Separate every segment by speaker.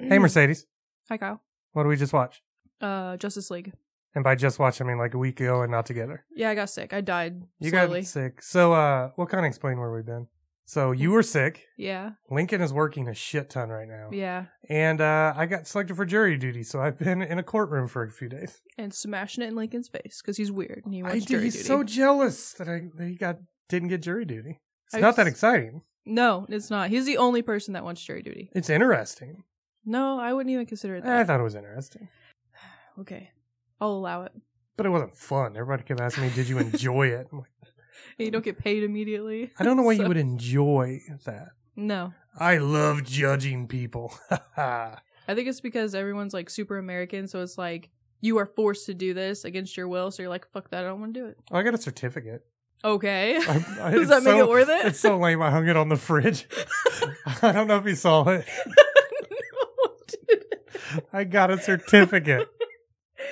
Speaker 1: Hey,
Speaker 2: Mm.
Speaker 1: Mercedes,
Speaker 2: Hi, Kyle.
Speaker 1: what did we just watch?
Speaker 2: Uh, Justice League.
Speaker 1: And by just watch, I mean like a week ago and not together.
Speaker 2: Yeah, I got sick. I died
Speaker 1: You
Speaker 2: slowly.
Speaker 1: got sick. So, uh, we'll kind of explain where we've been. So, you were sick.
Speaker 2: Yeah,
Speaker 1: Lincoln is working a shit ton right now.
Speaker 2: yeah,
Speaker 1: And uh, I got selected for jury duty, so I've been in a courtroom for a few days.
Speaker 2: and smashing it in Lincoln's face because he's weird and he
Speaker 1: I
Speaker 2: wants
Speaker 1: did.
Speaker 2: jury
Speaker 1: he's
Speaker 2: duty.
Speaker 1: so jealous that I that he got didn't get jury duty. It's
Speaker 2: I
Speaker 1: not that
Speaker 2: was-
Speaker 1: exciting.
Speaker 2: no, it's not. He's the only person that wants jury duty.
Speaker 1: It's interesting.
Speaker 2: No, I wouldn't even consider it
Speaker 1: I
Speaker 2: that.
Speaker 1: thought it was interesting,
Speaker 2: okay, I'll allow it.
Speaker 1: but it wasn't fun. Everybody kept asking me, "Did you enjoy it?" I'm like,
Speaker 2: You don't get paid immediately.
Speaker 1: I don't know why
Speaker 2: So-
Speaker 1: you would enjoy that.
Speaker 2: No,
Speaker 1: I love judging people. I
Speaker 2: I think it's because everyone's like super American, so it's like you are forced to do this against your will. So you're like, fuck that, I don't want to do it.
Speaker 1: got a certificate.
Speaker 2: Okay,
Speaker 1: I, I-
Speaker 2: does
Speaker 1: it's
Speaker 2: that make
Speaker 1: so-
Speaker 2: it worth it?
Speaker 1: It's so lame. I hung it on the fridge. I don't know if you saw it.
Speaker 2: No, dude.
Speaker 1: I got a certificate.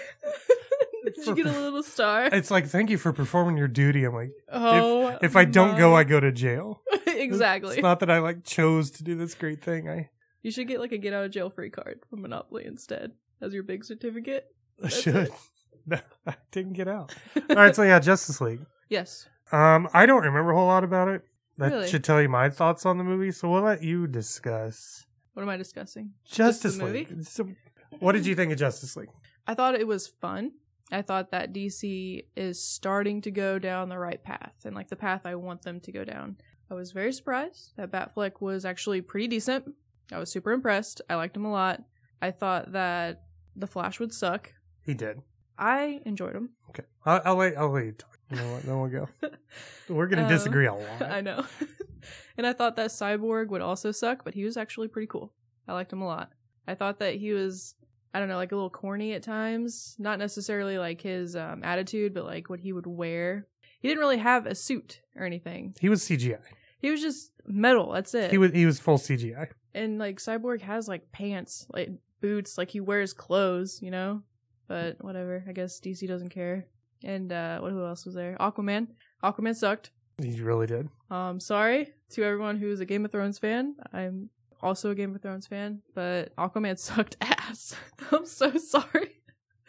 Speaker 2: Did you get a little star?
Speaker 1: It's like thank you for performing your duty. I'm like,
Speaker 2: oh,
Speaker 1: if I don't go,
Speaker 2: my-
Speaker 1: I go to jail.
Speaker 2: exactly.
Speaker 1: It's not that I like chose to do this great thing. I,
Speaker 2: you should get like a get out of jail free card from Monopoly instead as your big certificate.
Speaker 1: I
Speaker 2: That's
Speaker 1: should. No, I didn't get out. All right, so yeah, Justice League.
Speaker 2: Yes.
Speaker 1: Um, I don't remember a whole lot about it. That
Speaker 2: Really?
Speaker 1: should tell you my thoughts on the movie. So we'll let you discuss
Speaker 2: What am I discussing? Just the
Speaker 1: Justice
Speaker 2: movie?
Speaker 1: League. So, what did you think of Justice League?
Speaker 2: I thought it was fun. I thought that DC is starting to go down the right path and like the path I want them to go down. I was very surprised that Batfleck was actually pretty decent. I was super impressed. I liked him a lot. I thought that the Flash would suck.
Speaker 1: He did.
Speaker 2: I enjoyed him.
Speaker 1: Okay, I'll, I'll wait. I'll let you talk. You know what? Then we'll go. We're gonna
Speaker 2: Uh,
Speaker 1: disagree a lot.
Speaker 2: I know. and I thought that Cyborg would also suck, but he was actually pretty cool. I liked him a lot. I thought that he was, I don't know, like a little corny at times. Not necessarily like his um, attitude, but like what he would wear. He didn't really have a suit or anything.
Speaker 1: He was CGI.
Speaker 2: He was just metal. That's it.
Speaker 1: He was he was full CGI.
Speaker 2: and like Cyborg has like pants, like boots, like he wears clothes, you know? But whatever. I guess DC doesn't care. And uh what who else was there? Aquaman. Aquaman sucked.
Speaker 1: He really did.
Speaker 2: Um, sorry to everyone who's a Game of Thrones fan. I'm also a Game of Thrones fan, but Aquaman sucked ass. I'm so sorry.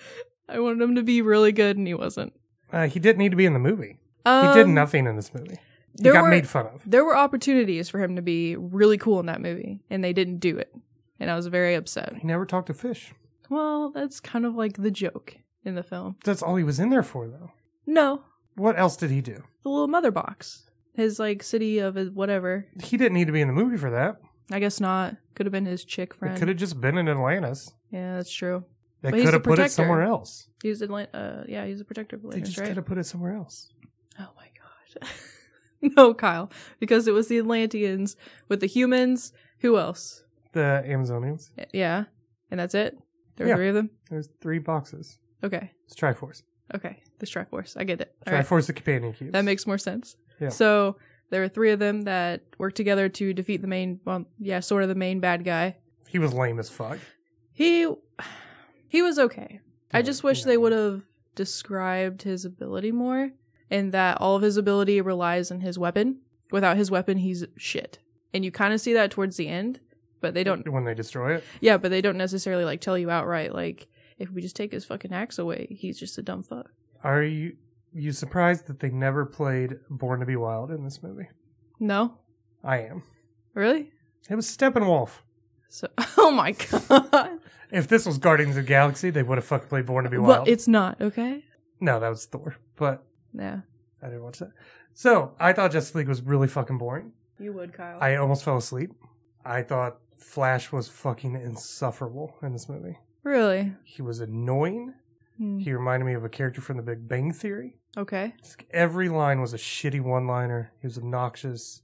Speaker 2: I wanted him to be really good, and he wasn't.
Speaker 1: Uh, he didn't need to be in the movie.
Speaker 2: Um,
Speaker 1: he did nothing in this movie. He
Speaker 2: there
Speaker 1: got
Speaker 2: were-
Speaker 1: made fun of.
Speaker 2: There were opportunities for him to be really cool in that movie, and they didn't do it. And I was very upset.
Speaker 1: He never talked to fish.
Speaker 2: Well, that's kind of like the joke in the film.
Speaker 1: That's all he was in there for, though.
Speaker 2: No,
Speaker 1: What else did he do?
Speaker 2: the little mother box, his like city of his whatever.
Speaker 1: He didn't need to be in the movie for that.
Speaker 2: I guess not. Could have been his chick
Speaker 1: It
Speaker 2: friend.
Speaker 1: could have just been in Atlantis.
Speaker 2: Yeah, that's true.
Speaker 1: They
Speaker 2: But he's
Speaker 1: could
Speaker 2: the
Speaker 1: have put it
Speaker 2: protector.
Speaker 1: somewhere else.
Speaker 2: He's Atlanta. Uh, yeah, he's a protector of
Speaker 1: They
Speaker 2: Atlantis,
Speaker 1: just
Speaker 2: right?
Speaker 1: could have put it somewhere else.
Speaker 2: Oh my god. no, Kyle, because it was the Atlanteans with the humans. Who else?
Speaker 1: The Amazonians.
Speaker 2: Y- Yeah, and that's it. There were
Speaker 1: Yeah.
Speaker 2: three of them.
Speaker 1: There's three boxes.
Speaker 2: Okay,
Speaker 1: It's Triforce.
Speaker 2: okay. The Triforce. I get it. All right,
Speaker 1: Triforce the companion cubes.
Speaker 2: that makes more sense.
Speaker 1: Yeah.
Speaker 2: So there were three of them that worked together to defeat the main. Well, yeah, sort of the main bad guy.
Speaker 1: he was lame as fuck.
Speaker 2: He, he was okay. I
Speaker 1: Yeah,
Speaker 2: just wish
Speaker 1: yeah.
Speaker 2: they would have described his ability more and that all of his ability relies on his weapon. Without his weapon, he's shit. And you kind of see that towards the end, but they don't
Speaker 1: when they destroy it.
Speaker 2: yeah, but they don't necessarily like tell you outright like if we just take his fucking axe away, he's just a dumb fuck.
Speaker 1: Are you you surprised that they never played Born to Be Wild in this movie?
Speaker 2: No?
Speaker 1: I am.
Speaker 2: Really?
Speaker 1: It was Steppenwolf.
Speaker 2: So oh my god.
Speaker 1: If this was Guardians of the Galaxy, they would have fucking played Born to Be
Speaker 2: Well,
Speaker 1: Wild.
Speaker 2: it's not, okay?
Speaker 1: no, that was Thor. But
Speaker 2: Yeah.
Speaker 1: I didn't watch that. So I thought Justice League was really fucking boring.
Speaker 2: You would, Kyle.
Speaker 1: I almost fell asleep. I thought Flash was fucking insufferable in this movie.
Speaker 2: really?
Speaker 1: He was annoying.
Speaker 2: Hmm.
Speaker 1: He reminded me of a character from The Big Bang Theory.
Speaker 2: Okay.
Speaker 1: It's like Every line was a shitty one-liner. He was obnoxious.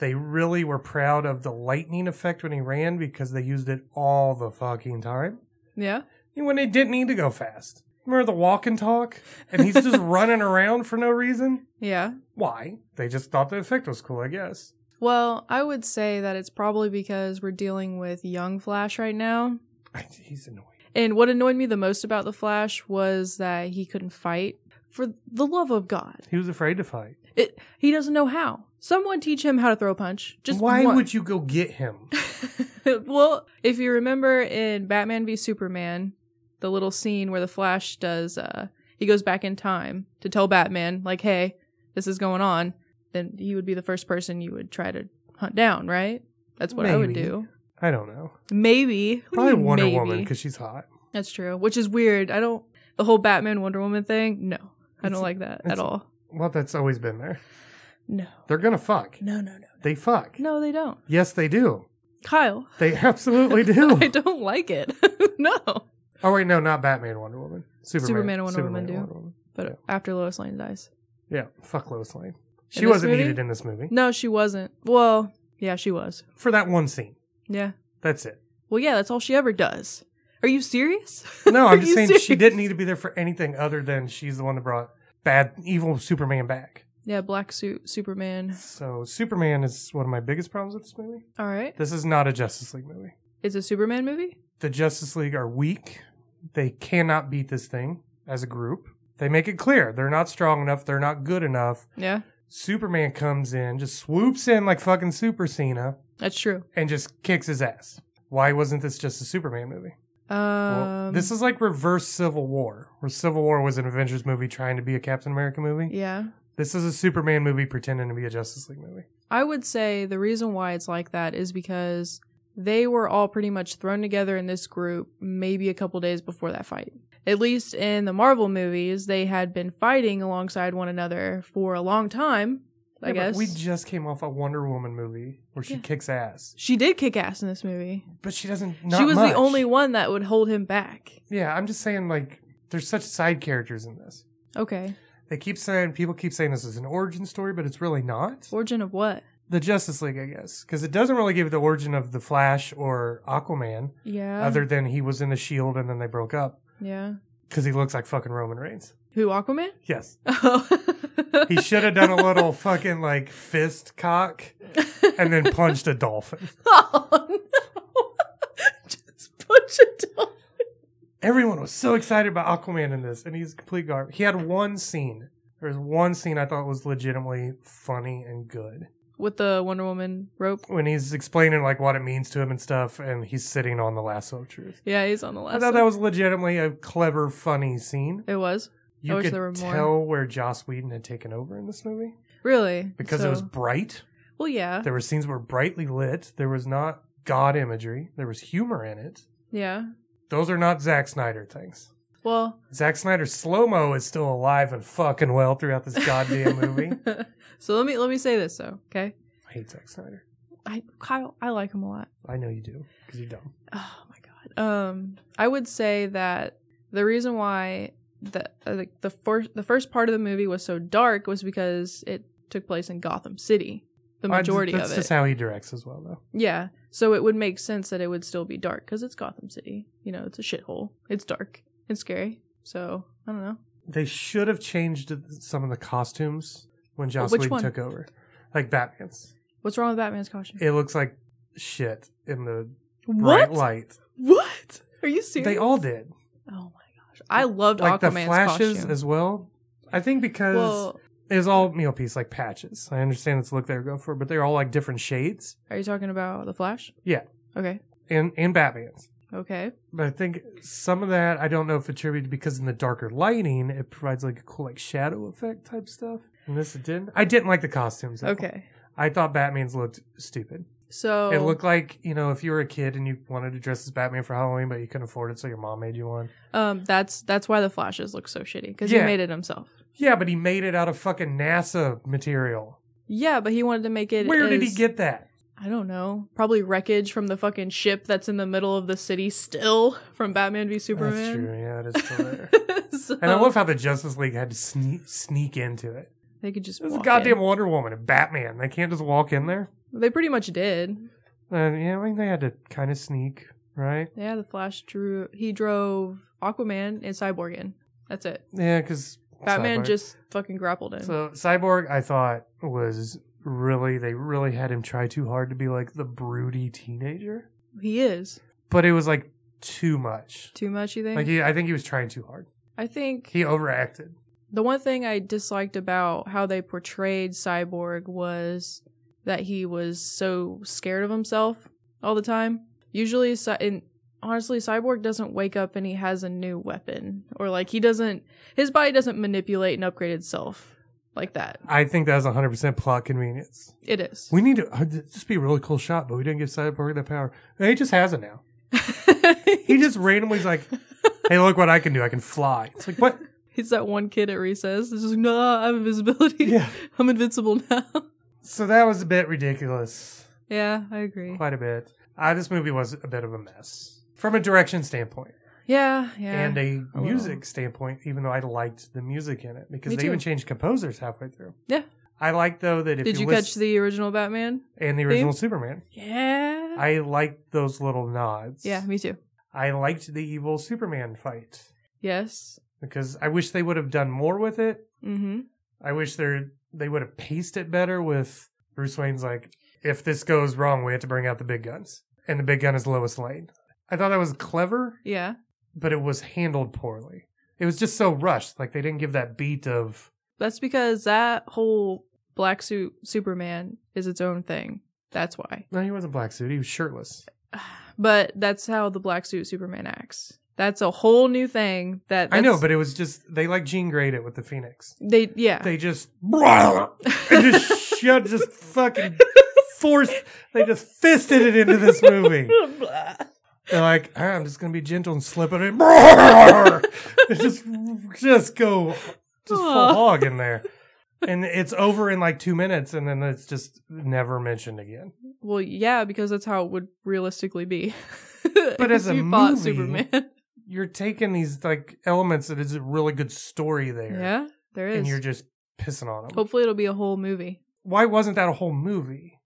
Speaker 1: They really were proud of the lightning effect when he ran because they used it all the fucking time.
Speaker 2: Yeah.
Speaker 1: And when they didn't need to go fast. Remember the walk and talk? And he's just running around for no reason?
Speaker 2: Yeah.
Speaker 1: Why? They just thought the effect was cool, I guess.
Speaker 2: Well, I would say that it's probably because we're dealing with young Flash right now.
Speaker 1: I- He's annoying.
Speaker 2: And what annoyed me the most about the Flash was that he couldn't fight. For the love of God.
Speaker 1: He was afraid to fight.
Speaker 2: It, he doesn't know how. Someone teach him how to throw a punch. Just
Speaker 1: Why
Speaker 2: one.
Speaker 1: would you go get him?
Speaker 2: well, if you remember in Batman v Superman, the little scene where the Flash does, uh, he goes back in time to tell Batman, like, hey, this is going on, then he would be the first person you would try to hunt down, right? That's what I would
Speaker 1: Maybe.
Speaker 2: do.
Speaker 1: I don't know.
Speaker 2: Maybe. What do you
Speaker 1: Probably
Speaker 2: mean,
Speaker 1: Wonder
Speaker 2: maybe?
Speaker 1: Woman because she's hot.
Speaker 2: That's true, which is weird. I don't, the whole Batman Wonder Woman thing, no. I
Speaker 1: It's-
Speaker 2: don't like that
Speaker 1: it's-
Speaker 2: at all.
Speaker 1: Well, that's always been there.
Speaker 2: No.
Speaker 1: They're gonna fuck.
Speaker 2: No, no, no.
Speaker 1: They fuck.
Speaker 2: No, they don't.
Speaker 1: Yes, they do.
Speaker 2: Kyle,
Speaker 1: They absolutely do.
Speaker 2: I don't like it. no.
Speaker 1: oh wait, no, not Batman, Wonder Woman, Superman,
Speaker 2: Superman and Wonder Woman do.
Speaker 1: Woman.
Speaker 2: But
Speaker 1: Yeah.
Speaker 2: after Lois Lane dies.
Speaker 1: Yeah, fuck Lois Lane. She
Speaker 2: this
Speaker 1: wasn't
Speaker 2: movie?
Speaker 1: needed in this movie
Speaker 2: No, she wasn't. Well, yeah, she was.
Speaker 1: for that one scene.
Speaker 2: Yeah.
Speaker 1: That's it.
Speaker 2: Well, yeah, that's all she ever does. Are you serious?
Speaker 1: No,
Speaker 2: Are
Speaker 1: I'm just
Speaker 2: you
Speaker 1: saying she
Speaker 2: serious?
Speaker 1: didn't need to be there for anything other than she's the one that brought bad, evil Superman back.
Speaker 2: Yeah, black suit Superman.
Speaker 1: So Superman is one of my biggest problems with this movie.
Speaker 2: All right.
Speaker 1: This is not a Justice League movie.
Speaker 2: It's a Superman movie?
Speaker 1: The Justice League are weak. They cannot beat this thing as a group. They make it clear they're not strong enough. They're not good enough.
Speaker 2: Yeah,
Speaker 1: Superman comes in, just swoops in like fucking Super Cena,
Speaker 2: that's true.
Speaker 1: and just kicks his ass. Why wasn't this just a Superman movie?
Speaker 2: Um,
Speaker 1: Well, this is like reverse Civil War, where Civil War was an Avengers movie trying to be a Captain America movie.
Speaker 2: Yeah.
Speaker 1: This is a Superman movie pretending to be a Justice League movie.
Speaker 2: I would say the reason why it's like that is because they were all pretty much thrown together in this group maybe a couple days before that fight. At least in the Marvel movies, they had been fighting alongside one another for a long time, I
Speaker 1: Yeah, but
Speaker 2: guess.
Speaker 1: we just came off a Wonder Woman movie where she
Speaker 2: Yeah.
Speaker 1: kicks ass,
Speaker 2: she did kick ass in this movie.
Speaker 1: but she doesn't. Not
Speaker 2: she was
Speaker 1: much.
Speaker 2: the only one that would hold him back.
Speaker 1: Yeah, I'm just saying, like, there's such side characters in this.
Speaker 2: Okay.
Speaker 1: They keep saying people keep saying this is an origin story, but it's really not.
Speaker 2: Origin of what?
Speaker 1: the Justice League, I guess, because it doesn't really give the origin of the Flash or Aquaman,
Speaker 2: Yeah.
Speaker 1: other than he was in the Shield and then they broke up
Speaker 2: yeah.
Speaker 1: because he looks like fucking Roman Reigns.
Speaker 2: Who Aquaman?
Speaker 1: Yes,
Speaker 2: Oh.
Speaker 1: he should have done a little fucking like fist cock and then punched a dolphin.
Speaker 2: oh no. Just push it down.
Speaker 1: Everyone was so excited about Aquaman in this, and he's complete garbage. He had one scene. There was one scene I thought was legitimately funny and good
Speaker 2: With the Wonder Woman rope.
Speaker 1: when he's explaining like what it means to him and stuff, and he's sitting on the lasso of truth.
Speaker 2: Yeah, he's on the last.
Speaker 1: I thought that was legitimately a clever, funny scene.
Speaker 2: It was I
Speaker 1: You
Speaker 2: wish
Speaker 1: could
Speaker 2: there were more.
Speaker 1: tell where Joss Whedon had taken over in this movie
Speaker 2: really
Speaker 1: because it
Speaker 2: So-
Speaker 1: was bright.
Speaker 2: Well, yeah,
Speaker 1: There were scenes were brightly lit. There was not god imagery. There was humor in it.
Speaker 2: yeah.
Speaker 1: Those are not Zack Snyder things.
Speaker 2: Well,
Speaker 1: Zack Snyder's slow mo is still alive and fucking well throughout this goddamn movie.
Speaker 2: so let me let me say this though, okay?
Speaker 1: I hate Zack Snyder.
Speaker 2: I Kyle, I like him a lot.
Speaker 1: I know you do because you're dumb.
Speaker 2: Oh my god. Um, I would say that the reason why the uh, like the first the first part of the movie was so dark was because it took place in Gotham City, the
Speaker 1: I-
Speaker 2: majority
Speaker 1: Oh, that's
Speaker 2: of it.
Speaker 1: just how he directs as well, though.
Speaker 2: yeah, so it would make sense that it would still be dark because it's Gotham City. You know, it's a shithole. It's dark and scary. So I don't know.
Speaker 1: They should have changed some of the costumes when Joss
Speaker 2: Which
Speaker 1: Whedon
Speaker 2: one?
Speaker 1: took over, like Batman's.
Speaker 2: What's wrong with Batman's costume?
Speaker 1: It looks like shit in the bright
Speaker 2: what?
Speaker 1: light.
Speaker 2: What? Are you serious?
Speaker 1: They all did.
Speaker 2: Oh my gosh! I loved
Speaker 1: like
Speaker 2: Aquaman's
Speaker 1: the flashes
Speaker 2: costume.
Speaker 1: as well. I think because
Speaker 2: well,
Speaker 1: it was all meal piece like patches. I understand it's the look they were going for, but they're all like different shades
Speaker 2: are you talking about the Flash?
Speaker 1: Yeah.
Speaker 2: Okay.
Speaker 1: and and Batman's.
Speaker 2: Okay.
Speaker 1: But I think some of that I don't know if attributed because in the darker lighting it provides like a cool like shadow effect type stuff. And this it didn't. I didn't like the costumes. at all.
Speaker 2: Okay. Oh.
Speaker 1: I thought Batman's looked stupid.
Speaker 2: So
Speaker 1: It looked like you know if you were a kid and you wanted to dress as Batman for Halloween but you couldn't afford it, so your mom made you one.
Speaker 2: um that's that's why the flashes look so shitty because
Speaker 1: Yeah.
Speaker 2: he made it himself.
Speaker 1: Yeah, but he made it out of fucking NASA material.
Speaker 2: Yeah, but he wanted to make it.
Speaker 1: Where did he
Speaker 2: as-
Speaker 1: get that?
Speaker 2: I don't know. Probably wreckage from the fucking ship that's in the middle of the city still from Batman v Superman.
Speaker 1: That's true. Yeah, it is still there.
Speaker 2: So-
Speaker 1: and I love how the Justice League had to sneak, sneak into it.
Speaker 2: they could just
Speaker 1: This is
Speaker 2: walk
Speaker 1: goddamn
Speaker 2: in.
Speaker 1: Wonder Woman and Batman. They can't just walk in there.
Speaker 2: They pretty much did.
Speaker 1: And yeah, I think they had to kind of sneak, right?
Speaker 2: Yeah, the Flash drew. He drove Aquaman and Cyborg in. That's it.
Speaker 1: Yeah, because
Speaker 2: Batman just fucking grappled him.
Speaker 1: So Cyborg, I thought was really they really had him try too hard to be like the broody teenager,
Speaker 2: he is
Speaker 1: but it was like too much.
Speaker 2: too much. You think?
Speaker 1: Like he, I think he was trying too hard.
Speaker 2: I think.
Speaker 1: He overacted.
Speaker 2: The one thing I disliked about how they portrayed Cyborg was that he was so scared of himself all the time. Usually, Cy- and honestly, Cyborg doesn't wake up and he has a new weapon, or like he doesn't, his body doesn't manipulate an upgraded itself like that.
Speaker 1: I think that was 100% plot convenience.
Speaker 2: It is.
Speaker 1: We need to uh, th- this be a really cool shot, but we didn't give Cyborg that power. And he just has it now. He just randomly is like, "Hey, look what I can do! I can fly." It's like what?
Speaker 2: He's that one kid at recess. It's just like, nah, I have invisibility. I'm invincible now.
Speaker 1: So that was a bit ridiculous,
Speaker 2: yeah, I agree.
Speaker 1: quite a bit. Uh, this movie was a bit of a mess from a direction standpoint
Speaker 2: Yeah, yeah.
Speaker 1: and uh, a
Speaker 2: Oh, well.
Speaker 1: music standpoint. Even though I liked the music in it because
Speaker 2: Me
Speaker 1: they
Speaker 2: too.
Speaker 1: even changed composers halfway through.
Speaker 2: Yeah.
Speaker 1: I like though that if
Speaker 2: Did you
Speaker 1: listen-
Speaker 2: catch the original Batman?
Speaker 1: and the original Superman.
Speaker 2: Yeah.
Speaker 1: I liked those little nods.
Speaker 2: yeah, me too.
Speaker 1: I liked the evil Superman fight
Speaker 2: Yes.
Speaker 1: because I wish they would have done more with it.
Speaker 2: Mm-hmm.
Speaker 1: I wish they they would have paced it better with Bruce Wayne's like, if this goes wrong, we have to bring out the big guns, and the big gun is Lois Lane. I thought that was clever,
Speaker 2: Yeah.
Speaker 1: but it was handled poorly. It was just so rushed. Like they didn't give that beat of
Speaker 2: That's because that whole black suit Superman is its own thing. That's why.
Speaker 1: no, he wasn't black suit. He was shirtless.
Speaker 2: But that's how the black suit Superman acts. That's a whole new thing that
Speaker 1: I know,
Speaker 2: that's-
Speaker 1: but it was just they like Jean Greyed it with the Phoenix.
Speaker 2: they yeah.
Speaker 1: They just and just shut, just fucking forced. They just fisted it into this movie. They're like, "Ah, I'm just gonna be gentle and slip it in. just just go just
Speaker 2: Aw.
Speaker 1: full hog in there. And it's over in like two minutes and then it's just never mentioned again.
Speaker 2: well, yeah, because that's how it would realistically be.
Speaker 1: But as
Speaker 2: If
Speaker 1: a
Speaker 2: you fought
Speaker 1: movie-
Speaker 2: Superman,
Speaker 1: You're taking these like elements that is a really good story there.
Speaker 2: yeah, there
Speaker 1: And
Speaker 2: is.
Speaker 1: you're just pissing on them.
Speaker 2: Hopefully, it'll be a whole movie
Speaker 1: Why wasn't that a whole movie?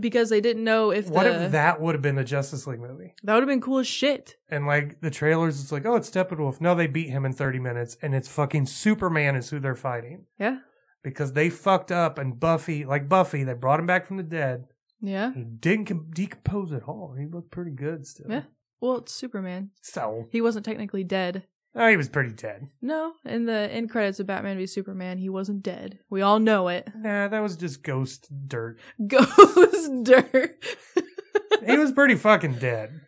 Speaker 2: because they didn't know if
Speaker 1: what
Speaker 2: the,
Speaker 1: if that would have been the Justice League movie?
Speaker 2: that would have been cool as shit.
Speaker 1: And like the trailers, it's like, oh, it's Steppenwolf. No, they beat him in 30 minutes, and it's fucking Superman is who they're fighting.
Speaker 2: Yeah.
Speaker 1: Because they fucked up, and Buffy, like Buffy, they brought him back from the dead.
Speaker 2: Yeah.
Speaker 1: He didn't com- decompose at all. He looked pretty good still.
Speaker 2: Yeah. Well, it's Superman.
Speaker 1: So,
Speaker 2: He wasn't technically dead.
Speaker 1: oh, he was pretty dead.
Speaker 2: No, in the end credits of Batman v Superman, he wasn't dead. We all know it.
Speaker 1: Nah, that was just ghost dirt.
Speaker 2: Ghost dirt.
Speaker 1: he was pretty fucking dead.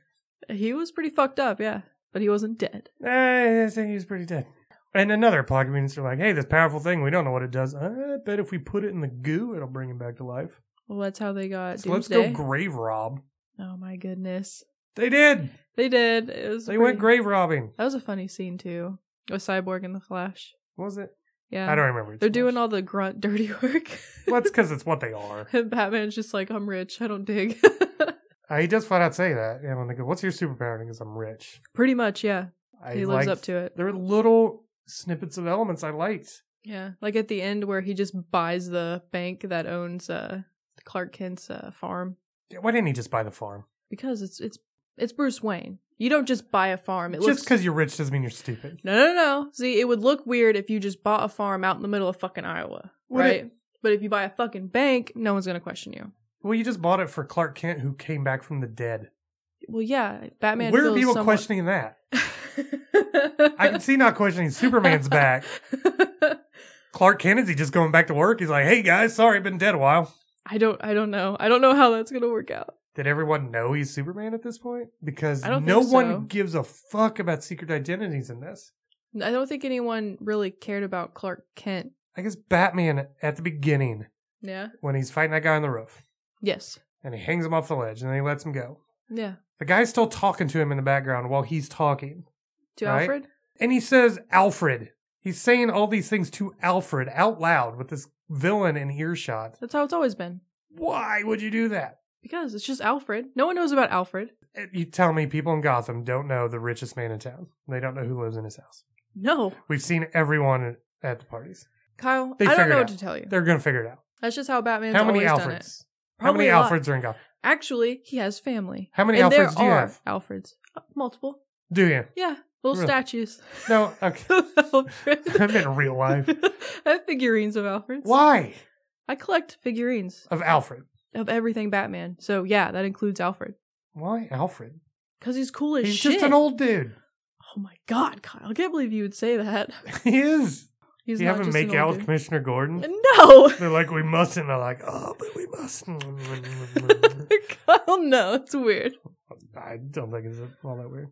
Speaker 2: he was pretty fucked up, yeah, but he wasn't dead.
Speaker 1: Eh, I think he was pretty dead. And another plot convenience, they're like, hey, this powerful thing, we don't know what it does. Uh, I bet if we put it in the goo, it'll bring him back to life.
Speaker 2: Well, that's how they got
Speaker 1: So let's
Speaker 2: Doomsday.
Speaker 1: go grave rob.
Speaker 2: oh my goodness,
Speaker 1: They did.
Speaker 2: they did. It was.
Speaker 1: They
Speaker 2: pretty-
Speaker 1: went grave robbing.
Speaker 2: That was a funny scene too, with Cyborg and the Flash.
Speaker 1: What was it?
Speaker 2: Yeah,
Speaker 1: I don't remember.
Speaker 2: They're doing all the grunt dirty work.
Speaker 1: Well, that's because it's what they are.
Speaker 2: and Batman's just like, I'm rich. I don't dig.
Speaker 1: Uh, he does flat out say that. And when they go, "What's your superpower?" And he goes, "I'm rich."
Speaker 2: Pretty much, yeah.
Speaker 1: I
Speaker 2: he lives
Speaker 1: liked-
Speaker 2: up to it.
Speaker 1: There were little snippets of elements I liked.
Speaker 2: Yeah, like at the end where he just buys the bank that owns uh, Clark Kent's uh, farm
Speaker 1: Yeah, Why didn't he just buy the farm?
Speaker 2: because it's it's it's Bruce Wayne. You don't just buy a farm. It
Speaker 1: just
Speaker 2: looks
Speaker 1: because you're rich doesn't mean you're stupid.
Speaker 2: no no no. See, it would look weird if you just bought a farm out in the middle of fucking Iowa,
Speaker 1: Would
Speaker 2: right? But if you buy a fucking bank, no one's gonna question you.
Speaker 1: Well, you just bought it for Clark Kent, who came back from the dead.
Speaker 2: Well, yeah, Batman.
Speaker 1: Where are
Speaker 2: feels
Speaker 1: people
Speaker 2: somewhat-
Speaker 1: questioning that? I can see not questioning Superman's back. Clark Kent is he just going back to work? He's like, "Hey guys, sorry, I've been dead a while."
Speaker 2: I don't. I don't know. I don't know how that's gonna work out.
Speaker 1: Did everyone know he's Superman at this point? Because
Speaker 2: I don't
Speaker 1: no
Speaker 2: think
Speaker 1: one
Speaker 2: so.
Speaker 1: gives a fuck about secret identities in this.
Speaker 2: I don't think anyone really cared about Clark Kent.
Speaker 1: I guess Batman at the beginning
Speaker 2: Yeah.
Speaker 1: when he's fighting that guy on the roof
Speaker 2: Yes.
Speaker 1: and he hangs him off the ledge and then he lets him go.
Speaker 2: Yeah.
Speaker 1: The guy's still talking to him in the background while he's talking.
Speaker 2: To
Speaker 1: Right?
Speaker 2: Alfred.
Speaker 1: And he says, Alfred. He's saying all these things to Alfred out loud with this villain in earshot.
Speaker 2: That's how it's always been.
Speaker 1: Why would you do that?
Speaker 2: Because it's just Alfred. No one knows about Alfred.
Speaker 1: Eh, You tell me people in Gotham don't know the richest man in town. They don't know who lives in his house.
Speaker 2: No.
Speaker 1: We've seen everyone at the parties.
Speaker 2: Kyle,
Speaker 1: They
Speaker 2: I don't
Speaker 1: figured
Speaker 2: know
Speaker 1: it
Speaker 2: what
Speaker 1: out.
Speaker 2: to tell you.
Speaker 1: They're going to figure it out.
Speaker 2: That's just how Batman's
Speaker 1: How many
Speaker 2: always done it.
Speaker 1: Alfreds? How many
Speaker 2: Probably a lot.
Speaker 1: Alfreds are in Gotham?
Speaker 2: Actually, he has family.
Speaker 1: How many
Speaker 2: and there
Speaker 1: Alfreds do you
Speaker 2: are
Speaker 1: have?
Speaker 2: Alfreds. Uh, Multiple.
Speaker 1: Do you?
Speaker 2: Yeah. Little
Speaker 1: Really?
Speaker 2: statues
Speaker 1: No, okay.
Speaker 2: of Alfred.
Speaker 1: I'm in real life.
Speaker 2: I have figurines of Alfreds.
Speaker 1: Why?
Speaker 2: I collect figurines
Speaker 1: Of Alfred.
Speaker 2: of everything Batman. So yeah, that includes Alfred.
Speaker 1: Why Alfred?
Speaker 2: Because he's cool as
Speaker 1: He's
Speaker 2: shit.
Speaker 1: just an old dude.
Speaker 2: Oh my god, Kyle. I can't believe you would say that.
Speaker 1: He is.
Speaker 2: He's
Speaker 1: you
Speaker 2: not
Speaker 1: haven't
Speaker 2: just an
Speaker 1: make
Speaker 2: old
Speaker 1: out with
Speaker 2: dude.
Speaker 1: Commissioner Gordon?
Speaker 2: No,
Speaker 1: They're like, we mustn't. I'm like, oh, but we must.
Speaker 2: Kyle, no, it's weird.
Speaker 1: I don't think it's all that weird.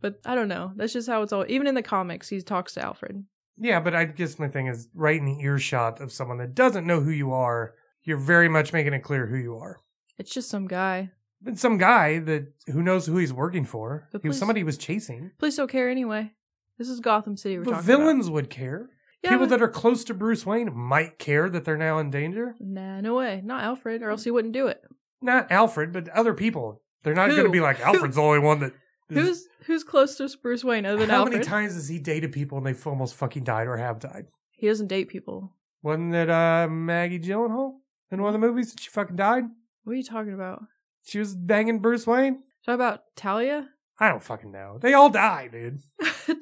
Speaker 2: But I don't know. That's just how it's all. Even in the comics, he talks to Alfred.
Speaker 1: Yeah, but I guess my thing is right in the earshot of someone that doesn't know who you are, you're very much making it clear who you are.
Speaker 2: It's just some guy.
Speaker 1: But some guy that who knows who he's working for,
Speaker 2: But
Speaker 1: he was
Speaker 2: please-
Speaker 1: somebody he was chasing.
Speaker 2: Police don't care anyway. This is Gotham City. We're
Speaker 1: But
Speaker 2: talking
Speaker 1: villains would care.
Speaker 2: about. Yeah,
Speaker 1: People
Speaker 2: but-
Speaker 1: that are close to Bruce Wayne might care that they're now in danger.
Speaker 2: Nah, no way. Not Alfred, or else he wouldn't do it.
Speaker 1: Not Alfred, but other people. They're not
Speaker 2: Who?
Speaker 1: going to be like Alfred's the only one that. is-
Speaker 2: Who's who's close to Bruce Wayne other than
Speaker 1: How
Speaker 2: Alfred?
Speaker 1: many times has he dated people and they've almost fucking died or have died?
Speaker 2: he doesn't date people.
Speaker 1: Wasn't that uh, Maggie Gyllenhaal in one of the movies that she fucking died?
Speaker 2: What are you talking about?
Speaker 1: She was banging Bruce Wayne?
Speaker 2: Talk about Talia.
Speaker 1: I don't fucking know. They all die, dude.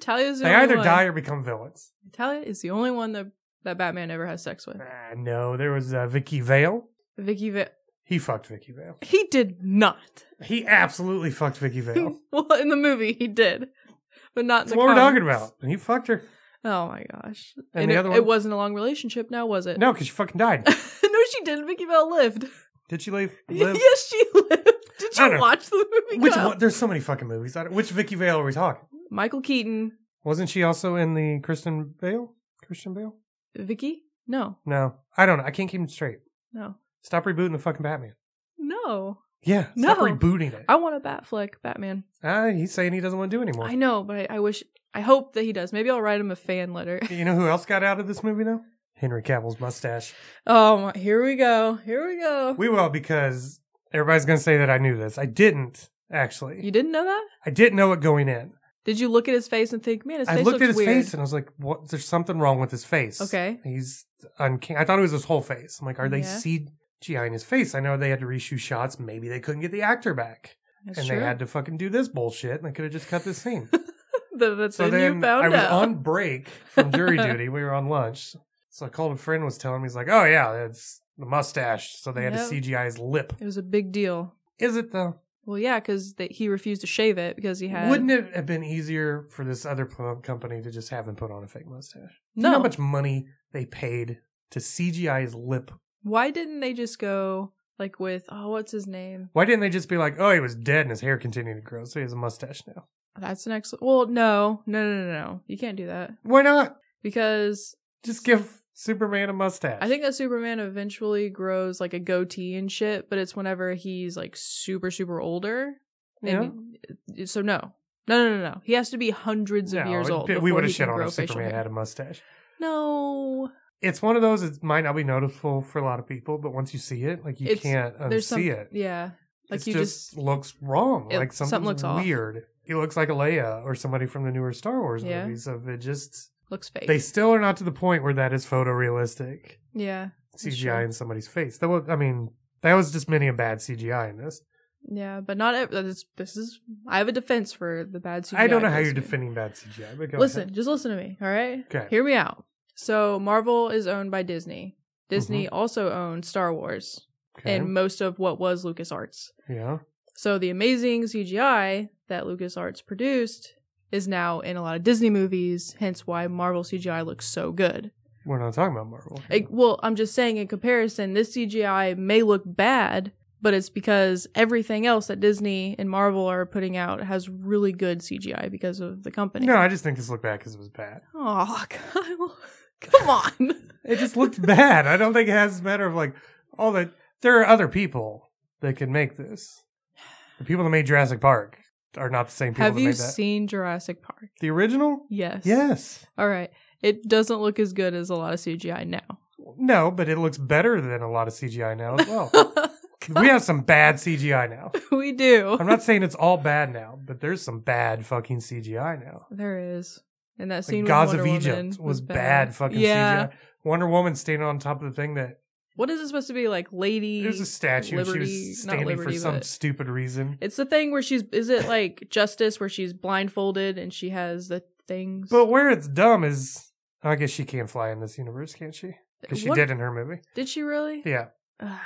Speaker 2: Talia's the
Speaker 1: They
Speaker 2: only
Speaker 1: either
Speaker 2: one.
Speaker 1: die or become villains.
Speaker 2: Talia is the only one that that Batman ever has sex with.
Speaker 1: Ah, no, there was uh, Vicky Vale.
Speaker 2: Vicky Va-
Speaker 1: He fucked Vicky Vale.
Speaker 2: He did not.
Speaker 1: He absolutely fucked Vicky Vale.
Speaker 2: well, in the movie he did, but not in
Speaker 1: That's
Speaker 2: the
Speaker 1: what we're
Speaker 2: comics.
Speaker 1: talking about. And he fucked her.
Speaker 2: Oh my gosh!
Speaker 1: And
Speaker 2: And
Speaker 1: the
Speaker 2: it,
Speaker 1: other
Speaker 2: it
Speaker 1: one?
Speaker 2: wasn't a long relationship, now was it?
Speaker 1: No, because she fucking died.
Speaker 2: no, she didn't. Vicky Bell lived.
Speaker 1: Did she leave? Live?
Speaker 2: yes, she lived. Did
Speaker 1: I
Speaker 2: you
Speaker 1: don't-
Speaker 2: watch the movie?
Speaker 1: Which
Speaker 2: Kyle?
Speaker 1: one? There's so many fucking movies. I don't- Which Vicky Vale are we talking?
Speaker 2: Michael Keaton.
Speaker 1: Wasn't she also in the Kristen Bale? Christian Bale?
Speaker 2: Vicky? No,
Speaker 1: No, I don't know. I can't keep them straight.
Speaker 2: no,
Speaker 1: Stop rebooting the fucking Batman.
Speaker 2: no.
Speaker 1: Yeah, stop
Speaker 2: No.
Speaker 1: rebooting it.
Speaker 2: I want a bat flick, Batman.
Speaker 1: Ah, he's saying he doesn't want to do it anymore.
Speaker 2: I know, but I, I wish. I hope that he does. Maybe I'll write him a fan letter.
Speaker 1: You know who else got out of this movie though? Henry Cavill's mustache.
Speaker 2: Oh my! Here we go. Here we go.
Speaker 1: We will because everybody's gonna say that I knew this. I didn't actually.
Speaker 2: You didn't know that?
Speaker 1: I didn't know it going in.
Speaker 2: Did you look at his face and think, man, his face
Speaker 1: I looked
Speaker 2: looks
Speaker 1: at his
Speaker 2: weird?
Speaker 1: face and I was like, "What? There's something wrong with his face."
Speaker 2: Okay.
Speaker 1: He's uncanny. I thought it was his whole face. I'm like, are they
Speaker 2: Yeah.
Speaker 1: CGI in his face? I know they had to reshoot shots. Maybe they couldn't get the actor back,
Speaker 2: That's
Speaker 1: and
Speaker 2: true.
Speaker 1: they had to fucking do this bullshit. And they could have just cut this scene.
Speaker 2: Th- that's
Speaker 1: so
Speaker 2: when
Speaker 1: then
Speaker 2: you
Speaker 1: I
Speaker 2: found
Speaker 1: was
Speaker 2: out.
Speaker 1: on break from jury duty. We were on lunch, so I called a friend. Was telling me he's like, "Oh yeah, that's the mustache." So they had
Speaker 2: Yep.
Speaker 1: to CGI his lip.
Speaker 2: It was a big deal.
Speaker 1: Is it though?
Speaker 2: Well, yeah, because he refused to shave it because he had.
Speaker 1: Wouldn't it have been easier for this other pl- company to just have him put on a fake mustache? Do you know
Speaker 2: No.
Speaker 1: how much money they paid to CGI his lip?
Speaker 2: Why didn't they just go like with oh, what's his name?
Speaker 1: Why didn't they just be like, "Oh, he was dead and his hair continued to grow, so he has a mustache now"?
Speaker 2: That's an excellent. Well, no, no, no, no, no. You can't do that
Speaker 1: Why not?
Speaker 2: because
Speaker 1: Just give Superman a mustache.
Speaker 2: I think that Superman eventually grows like a goatee and shit, but it's whenever he's like super, super older.
Speaker 1: Yeah.
Speaker 2: And he- so no. No, no, no, no. He has to be hundreds of
Speaker 1: No,
Speaker 2: years
Speaker 1: it'd
Speaker 2: old.
Speaker 1: be- we
Speaker 2: before
Speaker 1: would
Speaker 2: he
Speaker 1: have
Speaker 2: can
Speaker 1: shit on
Speaker 2: grow
Speaker 1: if
Speaker 2: facial
Speaker 1: Superman
Speaker 2: hair.
Speaker 1: had a mustache.
Speaker 2: No,
Speaker 1: it's one of those it might not be noticeable for a lot of people but once you see it like you
Speaker 2: It's-
Speaker 1: can't
Speaker 2: there's some.
Speaker 1: unsee it
Speaker 2: Yeah, like
Speaker 1: It's
Speaker 2: you just,
Speaker 1: looks wrong
Speaker 2: it-
Speaker 1: like
Speaker 2: something
Speaker 1: something's
Speaker 2: looks off.
Speaker 1: weird he looks like a leia or somebody from the newer star wars
Speaker 2: Yeah.
Speaker 1: movies of it just
Speaker 2: looks fake.
Speaker 1: they still are not to the point where that is photorealistic
Speaker 2: yeah, That's
Speaker 1: cgi
Speaker 2: true.
Speaker 1: in somebody's face that was i mean that was just many a bad cgi in this
Speaker 2: yeah, but not. ev- This, this is. I have a defense for the bad. CGI
Speaker 1: i don't know how
Speaker 2: face
Speaker 1: you're
Speaker 2: here.
Speaker 1: defending bad cgi but go
Speaker 2: Listen,
Speaker 1: ahead.
Speaker 2: just listen to me. All right.
Speaker 1: okay
Speaker 2: Hear me out. So Marvel is owned by Disney. Disney also owned Star Wars
Speaker 1: Mm-hmm. okay.
Speaker 2: and most of what was LucasArts.
Speaker 1: yeah
Speaker 2: So the amazing CGI that LucasArts produced is now in a lot of Disney movies, hence why Marvel CGI looks so good.
Speaker 1: we're not talking about marvel
Speaker 2: Like, well, I'm just saying in comparison, this CGI may look bad, but it's because everything else that Disney and Marvel are putting out has really good CGI because of the company.
Speaker 1: no i just think this looked bad because it was bad
Speaker 2: Oh, Kyle. Come on.
Speaker 1: It just looked bad. I don't think it has a matter of like all that. There are other people that could make this. The people that made Jurassic Park are not the same people
Speaker 2: Have
Speaker 1: that
Speaker 2: you
Speaker 1: made that.
Speaker 2: seen Jurassic Park?
Speaker 1: the original?
Speaker 2: Yes.
Speaker 1: Yes.
Speaker 2: All right. It doesn't look as good as a lot of CGI now.
Speaker 1: No, but it looks better than a lot of CGI now as well. we have some bad CGI now.
Speaker 2: we do.
Speaker 1: I'm not saying it's all bad now, but there's some bad fucking CGI now.
Speaker 2: There is. And that scene
Speaker 1: Like
Speaker 2: with
Speaker 1: Gods
Speaker 2: Wonder
Speaker 1: of Egypt
Speaker 2: Woman
Speaker 1: was, bad. fucking
Speaker 2: yeah.
Speaker 1: CGI. Wonder Woman standing on top of the thing that
Speaker 2: What is it supposed to be like, lady?
Speaker 1: there's a statue. and she
Speaker 2: Liberty- not
Speaker 1: was standing
Speaker 2: Liberty,
Speaker 1: for some
Speaker 2: but-
Speaker 1: stupid reason.
Speaker 2: It's the thing where she's is it like Justice where she's blindfolded and she has the things.
Speaker 1: But where it's dumb is, I guess she can't fly in this universe, can't she? Because she
Speaker 2: What-
Speaker 1: did in her movie.
Speaker 2: Did she really?
Speaker 1: Yeah,
Speaker 2: Ugh.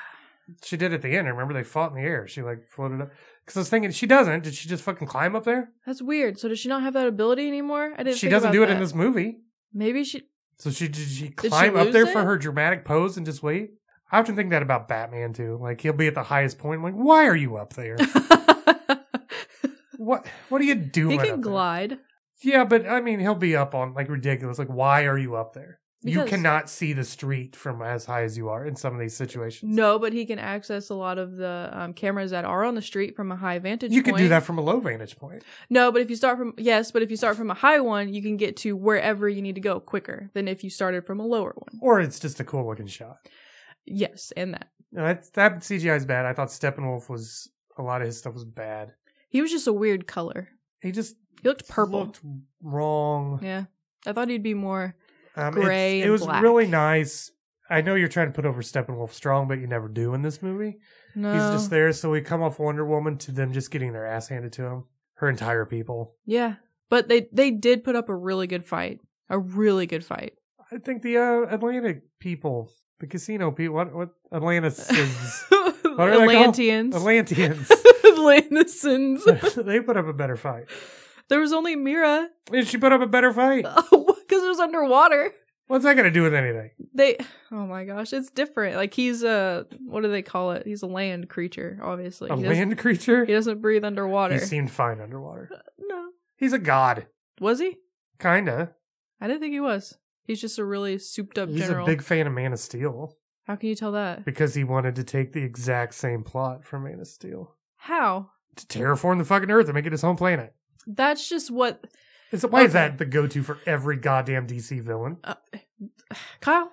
Speaker 1: she did at the end. Remember they fought in the air. She like floated up. Because I was thinking, she doesn't. Did she just fucking climb up there?
Speaker 2: That's weird. So does she not have that ability anymore? I didn't.
Speaker 1: She
Speaker 2: think
Speaker 1: doesn't
Speaker 2: about
Speaker 1: do it in
Speaker 2: that.
Speaker 1: this movie.
Speaker 2: Maybe she.
Speaker 1: So she did she
Speaker 2: she
Speaker 1: climb up there
Speaker 2: lose
Speaker 1: for
Speaker 2: it?
Speaker 1: her dramatic pose and just wait? I often think that about Batman too. Like he'll be at the highest point. I'm like, why are you up there? what What are you doing?
Speaker 2: he
Speaker 1: up
Speaker 2: can
Speaker 1: there?
Speaker 2: glide.
Speaker 1: Yeah, but I mean, he'll be up on like ridiculous. Like, why are you up there? you
Speaker 2: Because-
Speaker 1: cannot see the street from as high as you are in some of these situations.
Speaker 2: No, but he can access a lot of the um, cameras that are on the street from a high vantage.
Speaker 1: you can do
Speaker 2: point.
Speaker 1: that from a low vantage point.
Speaker 2: No, but if you start from yes, but if you start from a high one, you can get to wherever you need to go quicker than if you started from a lower one.
Speaker 1: Or it's just a cool looking shot.
Speaker 2: Yes, and that
Speaker 1: No, That, that CGI is bad. I thought Steppenwolf was, a lot of his stuff was bad.
Speaker 2: he was just a weird color.
Speaker 1: He just
Speaker 2: He looked purple.
Speaker 1: looked wrong.
Speaker 2: yeah, I thought he'd be more.
Speaker 1: Um, it's-
Speaker 2: Gray
Speaker 1: It
Speaker 2: and
Speaker 1: was
Speaker 2: black.
Speaker 1: really nice. I know you're trying to put over Steppenwolf strong, but you never do in this movie.
Speaker 2: No,
Speaker 1: He's just there, so we come off Wonder Woman to them just getting their ass handed to him. Her entire people.
Speaker 2: yeah, but they they did put up a really good fight, a really good fight.
Speaker 1: I think the uh, Atlantic people, the casino people, what, what Atlantis is, are they called?
Speaker 2: Atlanteans,
Speaker 1: Atlanteans,
Speaker 2: Atlantisans.
Speaker 1: they put up a better fight.
Speaker 2: there was only Mira
Speaker 1: And she put up a better fight.
Speaker 2: because it was underwater.
Speaker 1: What's that going to do with anything?
Speaker 2: they oh my gosh it's different like he's a what do they call it he's a land creature obviously
Speaker 1: A
Speaker 2: he, doesn't,
Speaker 1: land creature?
Speaker 2: he doesn't breathe underwater
Speaker 1: He seemed fine underwater.
Speaker 2: no
Speaker 1: He's a god,
Speaker 2: was he
Speaker 1: kinda.
Speaker 2: i didn't think he was he's just a really souped up
Speaker 1: He's
Speaker 2: general
Speaker 1: a big fan of Man of Steel
Speaker 2: how can you tell that
Speaker 1: because he wanted to take the exact same plot from Man of Steel
Speaker 2: how
Speaker 1: to terraform the fucking Earth and make it his home planet.
Speaker 2: that's just what
Speaker 1: It's, why is
Speaker 2: Okay.
Speaker 1: that the go-to for every goddamn DC villain?
Speaker 2: Uh, kyle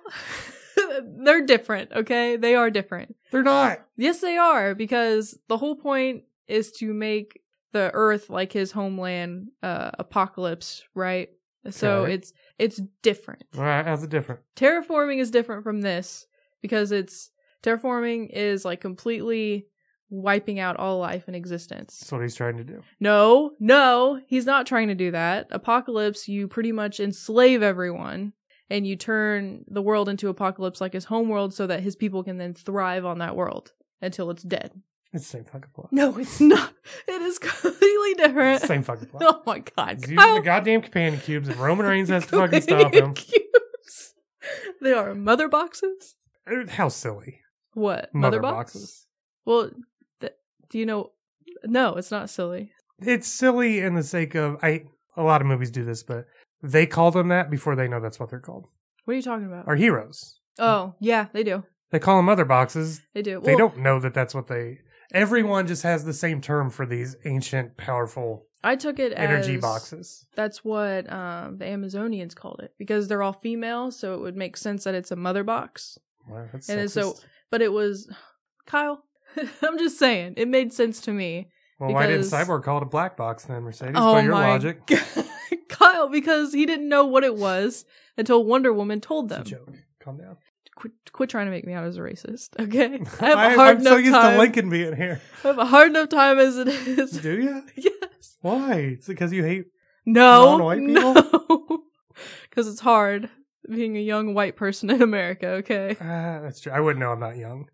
Speaker 2: they're different okay they are different
Speaker 1: They're not.
Speaker 2: Yes, they are, because the whole point is to make the Earth like his homeland uh, apocalypse, right? So
Speaker 1: Okay.
Speaker 2: it's it's different.
Speaker 1: All right, how's it different?
Speaker 2: Terraforming is different from this because it's terraforming is like completely wiping out all life in existence.
Speaker 1: That's what he's trying to do.
Speaker 2: No, no, he's not trying to do that. Apocalypse, you pretty much enslave everyone and you turn the world into apocalypse like his homeworld so that his people can then thrive on that world until it's dead.
Speaker 1: It's the same fucking plot.
Speaker 2: No, it's not. It is completely different.
Speaker 1: Same fucking plot.
Speaker 2: Oh my god.
Speaker 1: He's
Speaker 2: Kyle.
Speaker 1: using the goddamn companion cubes, and Roman Reigns has to fucking stop him.
Speaker 2: Cubes. They are mother boxes.
Speaker 1: Uh, How silly.
Speaker 2: What
Speaker 1: Mother
Speaker 2: box?
Speaker 1: boxes.
Speaker 2: Well, th- do you know? No, it's not silly.
Speaker 1: It's silly in the sake of I. A lot of movies do this, but they call them that before they know that's what they're called.
Speaker 2: What are you talking about?
Speaker 1: Our heroes.
Speaker 2: oh, yeah, they do.
Speaker 1: They call them mother boxes.
Speaker 2: They do.
Speaker 1: they
Speaker 2: Well,
Speaker 1: don't know that that's what they. Everyone just has the same term for these ancient, powerful
Speaker 2: I took it
Speaker 1: energy
Speaker 2: as
Speaker 1: boxes.
Speaker 2: That's what um, the Amazonians called it because they're all female, so it would make sense that it's a mother box.
Speaker 1: Wow, that's
Speaker 2: and then so-
Speaker 1: sexist.
Speaker 2: But it was Kyle. I'm just saying, it made sense to me.
Speaker 1: well, why didn't
Speaker 2: because- Oh
Speaker 1: Cyborg call it a black box then, Mercedes? by your logic,
Speaker 2: God. Kyle, because he didn't know what it was until Wonder Woman told
Speaker 1: it's a
Speaker 2: them.
Speaker 1: joke. Calm down.
Speaker 2: Quit, quit trying to make me out as a racist, okay? I have
Speaker 1: I,
Speaker 2: a hard
Speaker 1: am
Speaker 2: enough
Speaker 1: so used
Speaker 2: time.
Speaker 1: to Lincoln being here.
Speaker 2: I have a hard enough time as it is.
Speaker 1: Do you?
Speaker 2: yes.
Speaker 1: Why? It's because you hate.
Speaker 2: No.
Speaker 1: Non-white
Speaker 2: no. Because it's hard being a young white person in America, okay?
Speaker 1: Ah, that's true. I wouldn't know. I'm not young.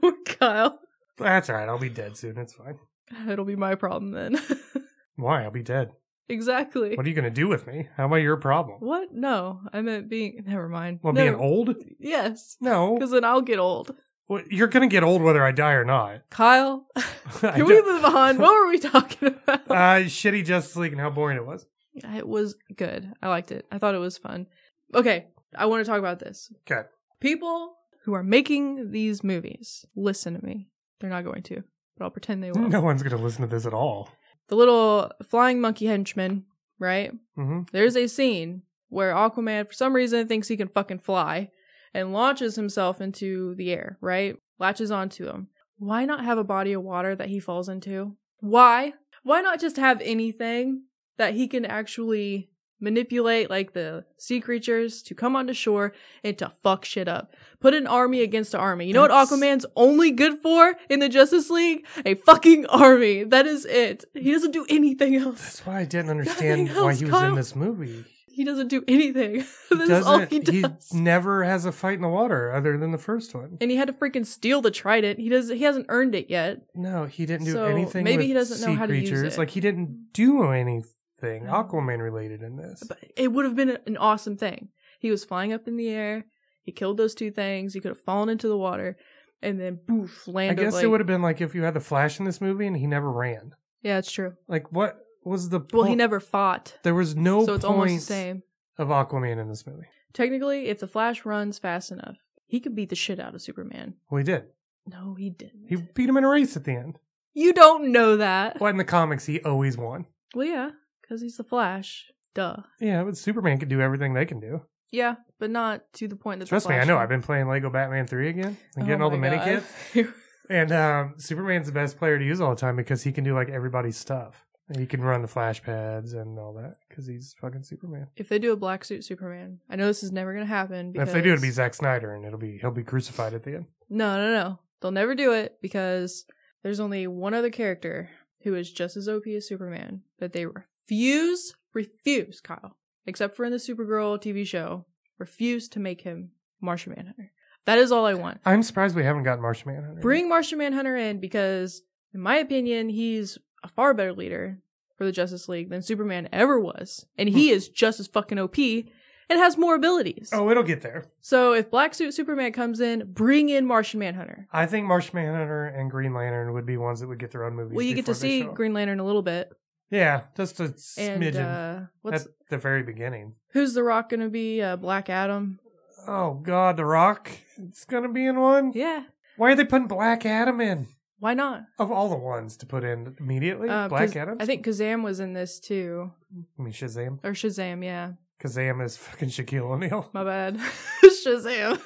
Speaker 2: Poor Kyle.
Speaker 1: That's all right. I'll be dead soon. It's fine.
Speaker 2: It'll be my problem then.
Speaker 1: Why? I'll be dead.
Speaker 2: exactly.
Speaker 1: What are you going to do with me? How am I your problem?
Speaker 2: What? No, I meant being. Never mind.
Speaker 1: Well,
Speaker 2: Never-
Speaker 1: being old?
Speaker 2: Yes,
Speaker 1: No.
Speaker 2: because then I'll get old.
Speaker 1: Well, You're going to get old whether I die or not.
Speaker 2: Kyle,
Speaker 1: I
Speaker 2: can we
Speaker 1: don't-
Speaker 2: move on? What were we talking about?
Speaker 1: uh, shitty Justice League and how boring it was.
Speaker 2: it was good. I liked it. I thought it was fun. Okay, I want to talk about this.
Speaker 1: Okay.
Speaker 2: People who are making these movies, listen to me. They're not going to, but I'll pretend they will.
Speaker 1: No one's going to listen to this at all.
Speaker 2: The little flying monkey henchman, right?
Speaker 1: hmm
Speaker 2: There's a scene where Aquaman, for some reason, thinks he can fucking fly and launches himself into the air, right? Latches onto him. Why not have a body of water that he falls into? Why? Why not just have anything that he can actually manipulate, like the sea creatures, to come onto shore and to fuck shit up? Put an army against an army. You know
Speaker 1: That's-
Speaker 2: what Aquaman's only good for in the Justice League? A fucking army. That is it. He doesn't do anything else.
Speaker 1: That's why I didn't understand
Speaker 2: Nothing
Speaker 1: why
Speaker 2: else,
Speaker 1: he was
Speaker 2: Kyle.
Speaker 1: in this movie.
Speaker 2: He doesn't do anything.
Speaker 1: He
Speaker 2: this is all
Speaker 1: doesn't-
Speaker 2: he does.
Speaker 1: He never has a fight in the water other than the first one.
Speaker 2: and he had to freaking steal the trident. He does. He hasn't earned it yet.
Speaker 1: No, he didn't do
Speaker 2: So,
Speaker 1: anything.
Speaker 2: maybe
Speaker 1: with
Speaker 2: he doesn't know
Speaker 1: sea
Speaker 2: how to use
Speaker 1: creatures.
Speaker 2: it. Mm-hmm.
Speaker 1: Like he didn't do any thing, Aquaman related in this.
Speaker 2: But it would have been an awesome thing. He was flying up in the air. He killed those two things. He could have fallen into the water, and then boof,
Speaker 1: I
Speaker 2: landed.
Speaker 1: guess
Speaker 2: like,
Speaker 1: it would have been like if you had the Flash in this movie and he never ran.
Speaker 2: Yeah, it's true.
Speaker 1: Like what was the
Speaker 2: Well, he
Speaker 1: point?
Speaker 2: never fought,
Speaker 1: There was no
Speaker 2: so it's almost the
Speaker 1: point
Speaker 2: same.
Speaker 1: of Aquaman in this movie.
Speaker 2: Technically, if the Flash runs fast enough, he could beat the shit out of Superman.
Speaker 1: Well, he did.
Speaker 2: No, he didn't.
Speaker 1: He beat him in a race at the end.
Speaker 2: You don't know that.
Speaker 1: Well, in the comics, he always won.
Speaker 2: Well, yeah, because he's the Flash. Duh.
Speaker 1: Yeah, but Superman can do everything they can do.
Speaker 2: Yeah, but not to the point that. the
Speaker 1: Trust me, I
Speaker 2: Flash
Speaker 1: know.
Speaker 2: can.
Speaker 1: I've been playing Lego Batman 3 again and getting
Speaker 2: Oh
Speaker 1: all the
Speaker 2: my
Speaker 1: mini
Speaker 2: God.
Speaker 1: kits. And um, Superman's the best player to use all the time because he can do like everybody's stuff. And he can run the flash pads and all that because he's fucking Superman.
Speaker 2: if they do a black suit Superman, I know this is never gonna happen.
Speaker 1: And
Speaker 2: Because
Speaker 1: If they do, it'll be Zack Snyder and it'll be he'll be crucified at the end.
Speaker 2: No, no, no. They'll never do it because there's only one other character who is just as OP as Superman, but they refuse, refuse, Kyle, except for in the Supergirl TV show, refuse to make him Martian Manhunter. That is all I want.
Speaker 1: I'm surprised we haven't gotten Martian Manhunter.
Speaker 2: Bring Martian Manhunter in because, in my opinion, he's a far better leader for the Justice League than Superman ever was. And he is just as fucking OP and has more abilities.
Speaker 1: Hmm. Oh, it'll get there.
Speaker 2: So if Black Suit Superman comes in, bring in Martian Manhunter.
Speaker 1: I think Martian Manhunter and Green Lantern would be ones that would get their own movies.
Speaker 2: Well, you get to
Speaker 1: before they
Speaker 2: see
Speaker 1: show up.
Speaker 2: Green Lantern a little bit,
Speaker 1: Yeah, just a
Speaker 2: and
Speaker 1: smidgen
Speaker 2: uh,
Speaker 1: at
Speaker 2: what's
Speaker 1: the very beginning.
Speaker 2: who's the Rock going to be? Uh, Black Adam.
Speaker 1: Oh God, The Rock. It's gonna be in one.
Speaker 2: Yeah,
Speaker 1: Why are they putting Black Adam in?
Speaker 2: why not?
Speaker 1: Of all the ones to put in immediately,
Speaker 2: Uh,
Speaker 1: Black
Speaker 2: 'cause
Speaker 1: Adam.
Speaker 2: I think Kazam was in this too,
Speaker 1: I mean Shazam.
Speaker 2: or Shazam. Yeah,
Speaker 1: Kazam is fucking Shaquille O'Neal.
Speaker 2: my bad. Shazam,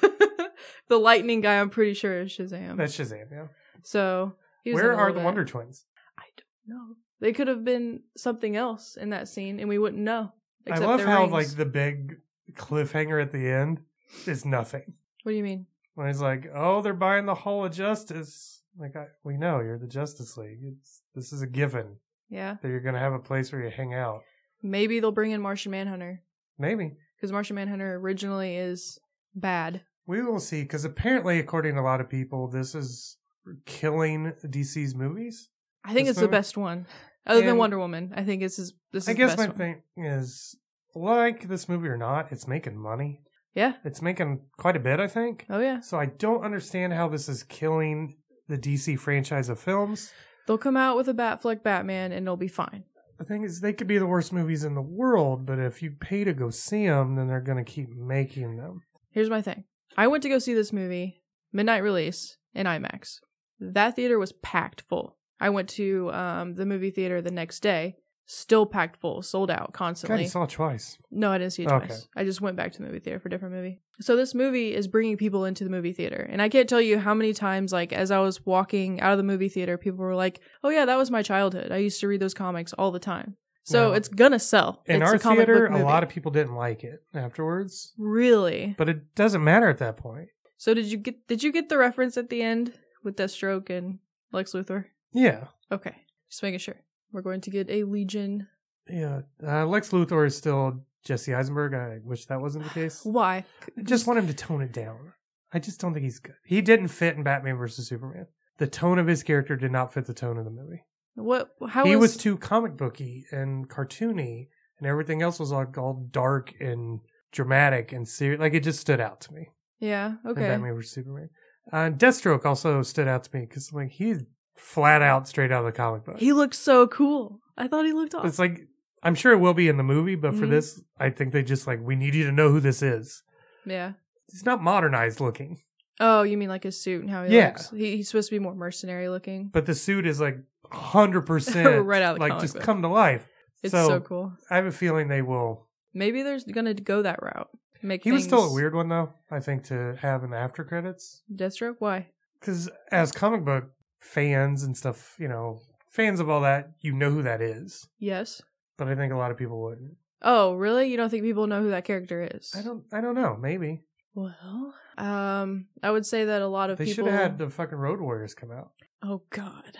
Speaker 2: the Lightning guy. I'm pretty sure is Shazam.
Speaker 1: That's Shazam. Yeah.
Speaker 2: so he was in
Speaker 1: Where
Speaker 2: a
Speaker 1: are
Speaker 2: little
Speaker 1: the
Speaker 2: bit.
Speaker 1: Wonder Twins?
Speaker 2: I don't know. They could have been something else in that scene, and we wouldn't know.
Speaker 1: I love
Speaker 2: their
Speaker 1: how
Speaker 2: rings.
Speaker 1: like the big cliffhanger at the end is nothing.
Speaker 2: What do you mean?
Speaker 1: When he's like, "Oh, they're buying the Hall of Justice." Like I, we know you're the Justice League. It's this is a given
Speaker 2: Yeah,
Speaker 1: that you're gonna have a place where you hang out.
Speaker 2: maybe they'll bring in Martian Manhunter
Speaker 1: Maybe
Speaker 2: because Martian Manhunter originally is bad.
Speaker 1: we will see. Because apparently, according to a lot of people, this is killing DC's movies.
Speaker 2: I think
Speaker 1: this
Speaker 2: it's
Speaker 1: movie?
Speaker 2: the best one, other than
Speaker 1: And-
Speaker 2: Wonder Woman. I think this is this is.
Speaker 1: I guess
Speaker 2: the
Speaker 1: my
Speaker 2: best one.
Speaker 1: thing is like this movie or not, it's making money.
Speaker 2: Yeah.
Speaker 1: It's making quite a bit, I think.
Speaker 2: Oh yeah,
Speaker 1: So I don't understand how this is killing the DC franchise of films.
Speaker 2: they'll come out with a Batfleck Batman, and it'll be fine.
Speaker 1: The thing is, they could be the worst movies in the world, but if you pay to go see them, then they're going to keep making them.
Speaker 2: Here's my thing. I went to go see this movie midnight release in IMAX. That theater was packed full. I went to um, the movie theater the next day, still packed full, sold out
Speaker 1: God,
Speaker 2: constantly.
Speaker 1: you saw it twice.
Speaker 2: No, I didn't see it
Speaker 1: Okay.
Speaker 2: twice. I just went back to the movie theater for a different movie. So this movie is bringing people into the movie theater, and I can't tell you how many times, like as I was walking out of the movie theater, people were like, "Oh yeah, that was my childhood. I used to read those comics all the time." So
Speaker 1: Well,
Speaker 2: it's gonna sell.
Speaker 1: In
Speaker 2: it's
Speaker 1: our
Speaker 2: a comic
Speaker 1: theater,
Speaker 2: book movie.
Speaker 1: a lot of people didn't like it afterwards,
Speaker 2: really.
Speaker 1: but it doesn't matter at that point.
Speaker 2: So did you get did you get the reference at the end with Deathstroke and Lex Luthor?
Speaker 1: Yeah.
Speaker 2: Okay, just making sure. We're going to get a Legion.
Speaker 1: Yeah. Uh, Lex Luthor is still Jesse Eisenberg. I wish that wasn't the case.
Speaker 2: Why?
Speaker 1: I just want him to tone it down. I just don't think he's good. He didn't fit in Batman versus Superman. The tone of his character did not fit the tone of the movie.
Speaker 2: What? How
Speaker 1: he
Speaker 2: is-
Speaker 1: was too comic booky and cartoony, and everything else was like all dark and dramatic and serious. Like it just stood out to me.
Speaker 2: yeah.
Speaker 1: in
Speaker 2: Okay.
Speaker 1: Batman versus Superman. Uh, Deathstroke also stood out to me because like he's flat out straight out of the comic book.
Speaker 2: He looked so cool. I thought he looked awesome.
Speaker 1: it's like I'm sure it will be in the movie, but for
Speaker 2: Mhm.
Speaker 1: this, I think they just like we need you to know who this is.
Speaker 2: yeah.
Speaker 1: He's not modernized looking.
Speaker 2: Oh, you mean like his suit and how he
Speaker 1: Yeah.
Speaker 2: looks? He, he's supposed to be more mercenary looking.
Speaker 1: but the suit is like 100%
Speaker 2: Right out of the
Speaker 1: like
Speaker 2: comic
Speaker 1: just
Speaker 2: book.
Speaker 1: come to life
Speaker 2: It's
Speaker 1: so,
Speaker 2: so, cool.
Speaker 1: i have a feeling they will
Speaker 2: Maybe there's gonna go that route. Make
Speaker 1: he was still a
Speaker 2: things-
Speaker 1: weird one though i think to have in the after credits
Speaker 2: Deathstroke. Why?
Speaker 1: because as comic book fans and stuff you know fans of all that you know who that is
Speaker 2: Yes.
Speaker 1: but i think a lot of people wouldn't
Speaker 2: Oh, really? You don't think people know who that character is?
Speaker 1: i don't i don't know maybe
Speaker 2: Well, um, I would say that a lot of
Speaker 1: they should
Speaker 2: people.
Speaker 1: have had the fucking road warriors come out
Speaker 2: Oh God.